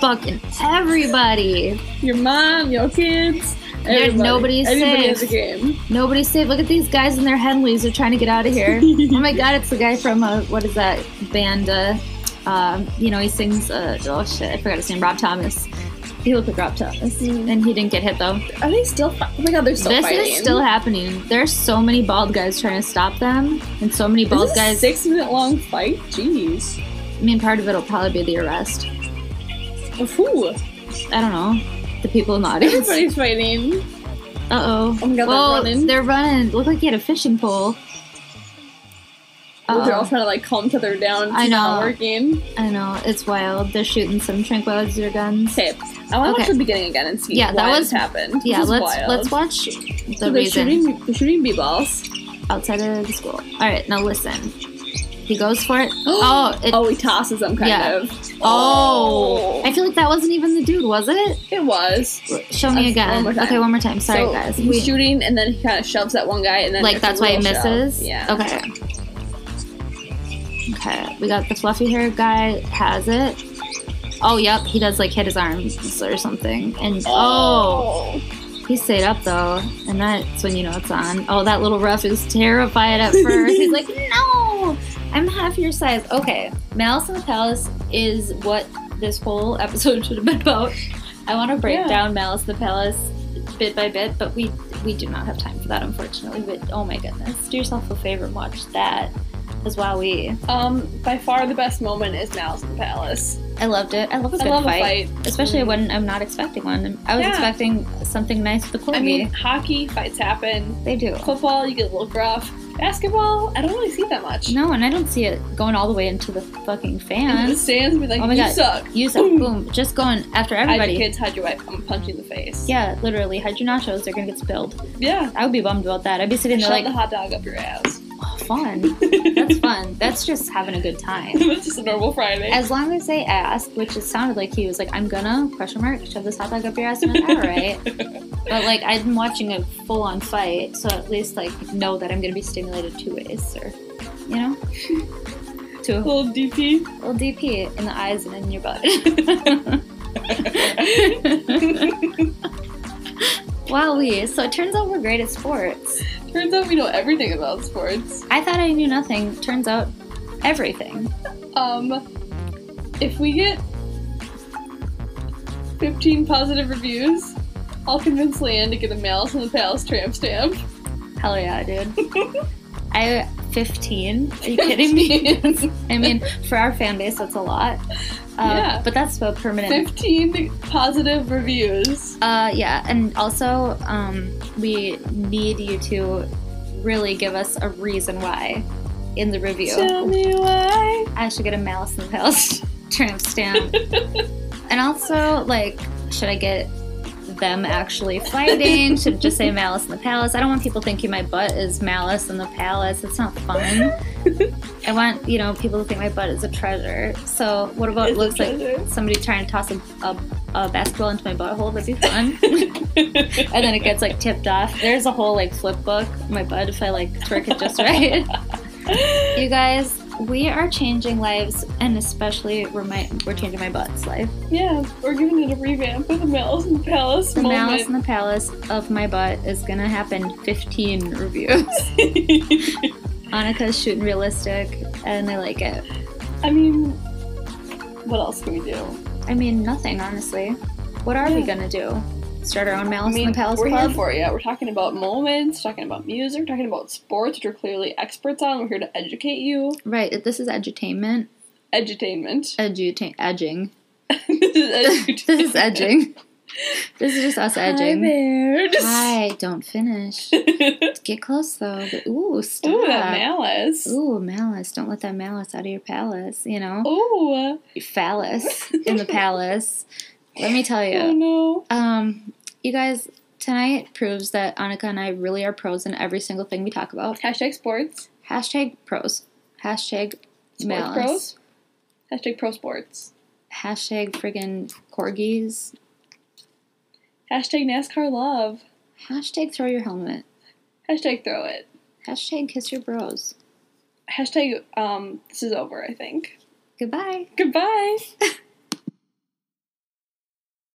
Speaker 3: fucking everybody.
Speaker 2: Your mom, your kids.
Speaker 3: There's
Speaker 2: everybody.
Speaker 3: nobody's
Speaker 2: Everybody
Speaker 3: safe.
Speaker 2: has a game.
Speaker 3: Nobody's safe. Look at these guys in their Henleys are trying to get out of here. oh my god, it's the guy from, uh, what is that band? Uh, um, you know, he sings, uh, oh shit, I forgot his name, Rob Thomas. He looked like Rob Thomas, and he didn't get hit though.
Speaker 2: Are they still? Fi- oh my god, they're Mm-hmm. still
Speaker 3: this
Speaker 2: fighting.
Speaker 3: is still happening. There's so many bald guys trying to stop them, and so many
Speaker 2: This
Speaker 3: bald
Speaker 2: is a
Speaker 3: guys.
Speaker 2: Six minute long fight. Jeez.
Speaker 3: I mean, part of it'll probably be the arrest.
Speaker 2: Ooh,
Speaker 3: I don't know. The people in the audience.
Speaker 2: everybody's fighting.
Speaker 3: Uh oh.
Speaker 2: Oh my God, they're
Speaker 3: Well,
Speaker 2: running.
Speaker 3: They're running. Look like he had a fishing pole.
Speaker 2: They're all
Speaker 3: Uh,
Speaker 2: trying to like calm each other down. It's
Speaker 3: I know.
Speaker 2: Not working.
Speaker 3: I know it's wild. They're shooting some tranquilizer guns.
Speaker 2: Okay, I want to watch
Speaker 3: Okay.
Speaker 2: the beginning again and see.
Speaker 3: Yeah, that
Speaker 2: why
Speaker 3: was-
Speaker 2: this happened.
Speaker 3: Yeah,
Speaker 2: This is
Speaker 3: let's
Speaker 2: wild.
Speaker 3: let's watch the
Speaker 2: So they're
Speaker 3: reason
Speaker 2: shooting, they're shooting b-balls.
Speaker 3: outside of the school. All right, now listen. He goes for it. Oh, it,
Speaker 2: oh, he tosses them kind
Speaker 3: Yeah.
Speaker 2: of.
Speaker 3: oh! I feel like that wasn't even the dude, was it?
Speaker 2: it was.
Speaker 3: Show me
Speaker 2: Uh,
Speaker 3: again.
Speaker 2: one more time.
Speaker 3: Okay, one more time. Sorry,
Speaker 2: so
Speaker 3: guys.
Speaker 2: He's
Speaker 3: We-
Speaker 2: shooting, and then he kind of shoves that one guy, and then
Speaker 3: like
Speaker 2: it's a
Speaker 3: that's why he
Speaker 2: real
Speaker 3: misses.
Speaker 2: shove. Yeah.
Speaker 3: Okay. Okay, we got the fluffy hair guy has it. Oh, yep, he does like hit his arms or something, and oh, he stayed up though, and that's when you know it's on. Oh, that little rough is terrified at first. He's like, no, I'm half your size. Okay, Malice in the Palace is what this whole episode should have been about. I want to break
Speaker 2: Yeah.
Speaker 3: down Malice in the Palace bit by bit, but we we do not have time for that, unfortunately. But oh my goodness, do yourself a favor and watch that as well. We
Speaker 2: Um, by far the best moment is Malice in the Palace.
Speaker 3: I loved it. I love a
Speaker 2: I
Speaker 3: good
Speaker 2: love
Speaker 3: fight,
Speaker 2: a fight. Mm-hmm.
Speaker 3: especially when I'm not expecting one. I was
Speaker 2: Yeah.
Speaker 3: expecting something nice with the Corgi.
Speaker 2: I mean, hockey fights happen.
Speaker 3: they do.
Speaker 2: Football, you get a little gruff. Basketball, I don't really see that much.
Speaker 3: No, and I don't see it going all the way into the fucking
Speaker 2: And the
Speaker 3: fans.
Speaker 2: stands be like,
Speaker 3: Oh my
Speaker 2: you
Speaker 3: God.
Speaker 2: suck.
Speaker 3: Use it, boom, just going after
Speaker 2: Hide your
Speaker 3: everybody.
Speaker 2: kids, hide your wife. I'm punching the face.
Speaker 3: Yeah, literally, hide your nachos. They're gonna get spilled.
Speaker 2: Yeah.
Speaker 3: I would be bummed about that. I'd be sitting
Speaker 2: Shove
Speaker 3: there like,
Speaker 2: the hot dog up your ass.
Speaker 3: oh, fun. That's fun. That's just having a good time.
Speaker 2: it's just a normal Friday.
Speaker 3: As long as they asked, which it sounded like he was like, I'm gonna question mark shove this hot dog up your ass. And I'm like, all right, but like I'm watching a full on fight, so at least like know that I'm gonna be stimulated two ways, or you know, to a
Speaker 2: little DP.
Speaker 3: little DP in the eyes and in your butt. Wowie. So it turns out we're great at sports.
Speaker 2: Turns out we know everything about sports.
Speaker 3: I thought I knew nothing. Turns out everything.
Speaker 2: Um, if we get 15 positive reviews, I'll convince Leanne to get a Malice in the Palace tramp stamp.
Speaker 3: Hell yeah, dude. I 15. Are you kidding me? I mean, for our fan base, that's a lot. Uh,
Speaker 2: Yeah.
Speaker 3: But that's a permanent
Speaker 2: 15 positive reviews.
Speaker 3: Uh, yeah, and also um, we need you to really give us a reason why in the review.
Speaker 2: Tell me why.
Speaker 3: I should get a Malice in the Palace tramp stamp. and also, like, should I get them actually fighting? should it just say Malice in the Palace? I don't want people thinking my butt is Malice in the Palace. It's not fun. I want, you know, people to think my butt is a treasure. So what about
Speaker 2: It's
Speaker 3: Oh, it
Speaker 2: a
Speaker 3: looks like
Speaker 2: treasure.
Speaker 3: somebody trying to toss a, a, a basketball into my butthole? That'd be fun. and then it gets like tipped off. There's a whole like flip book. My butt, if I like twerk it just right. you guys, we are changing lives, and especially we're, my, we're changing my butt's life.
Speaker 2: Yeah, we're giving it a revamp with a Malice in the Palace
Speaker 3: The
Speaker 2: moment.
Speaker 3: malice in the palace of my butt is gonna happen. 15 reviews. Annika's shooting realistic, and I like it.
Speaker 2: I mean, what else can we do?
Speaker 3: I mean, nothing honestly. What are we
Speaker 2: Yeah.
Speaker 3: gonna do? Start our own
Speaker 2: I
Speaker 3: malice in
Speaker 2: mean,
Speaker 3: the palace
Speaker 2: we're
Speaker 3: club?
Speaker 2: here for you. We're talking about moments, talking about music, talking about sports, which we're clearly experts on. We're here to educate you.
Speaker 3: right. This is edutainment.
Speaker 2: Edutainment.
Speaker 3: Eduta- edging.
Speaker 2: this is edutainment.
Speaker 3: This is edging. this is just us edging.
Speaker 2: Hi.
Speaker 3: I don't finish.
Speaker 2: Ooh,
Speaker 3: Get close though. But- Ooh, stop.
Speaker 2: that malice.
Speaker 3: Ooh, malice. Don't let that malice out of your palace, you know?
Speaker 2: Oh. Ooh. uh,
Speaker 3: Phallus in the palace. Let me tell
Speaker 2: Oh
Speaker 3: you.
Speaker 2: no.
Speaker 3: Um, you guys, tonight proves that Annika and I really are pros in every single thing we talk about.
Speaker 2: Hashtag sports.
Speaker 3: Hashtag pros. Hashtag
Speaker 2: Sports
Speaker 3: malice.
Speaker 2: pros. Hashtag pro sports.
Speaker 3: Hashtag friggin' corgis.
Speaker 2: Hashtag NASCAR love.
Speaker 3: Hashtag throw your helmet.
Speaker 2: Hashtag throw it.
Speaker 3: Hashtag kiss your bros.
Speaker 2: Hashtag um this is over, I think.
Speaker 3: Goodbye.
Speaker 2: Goodbye.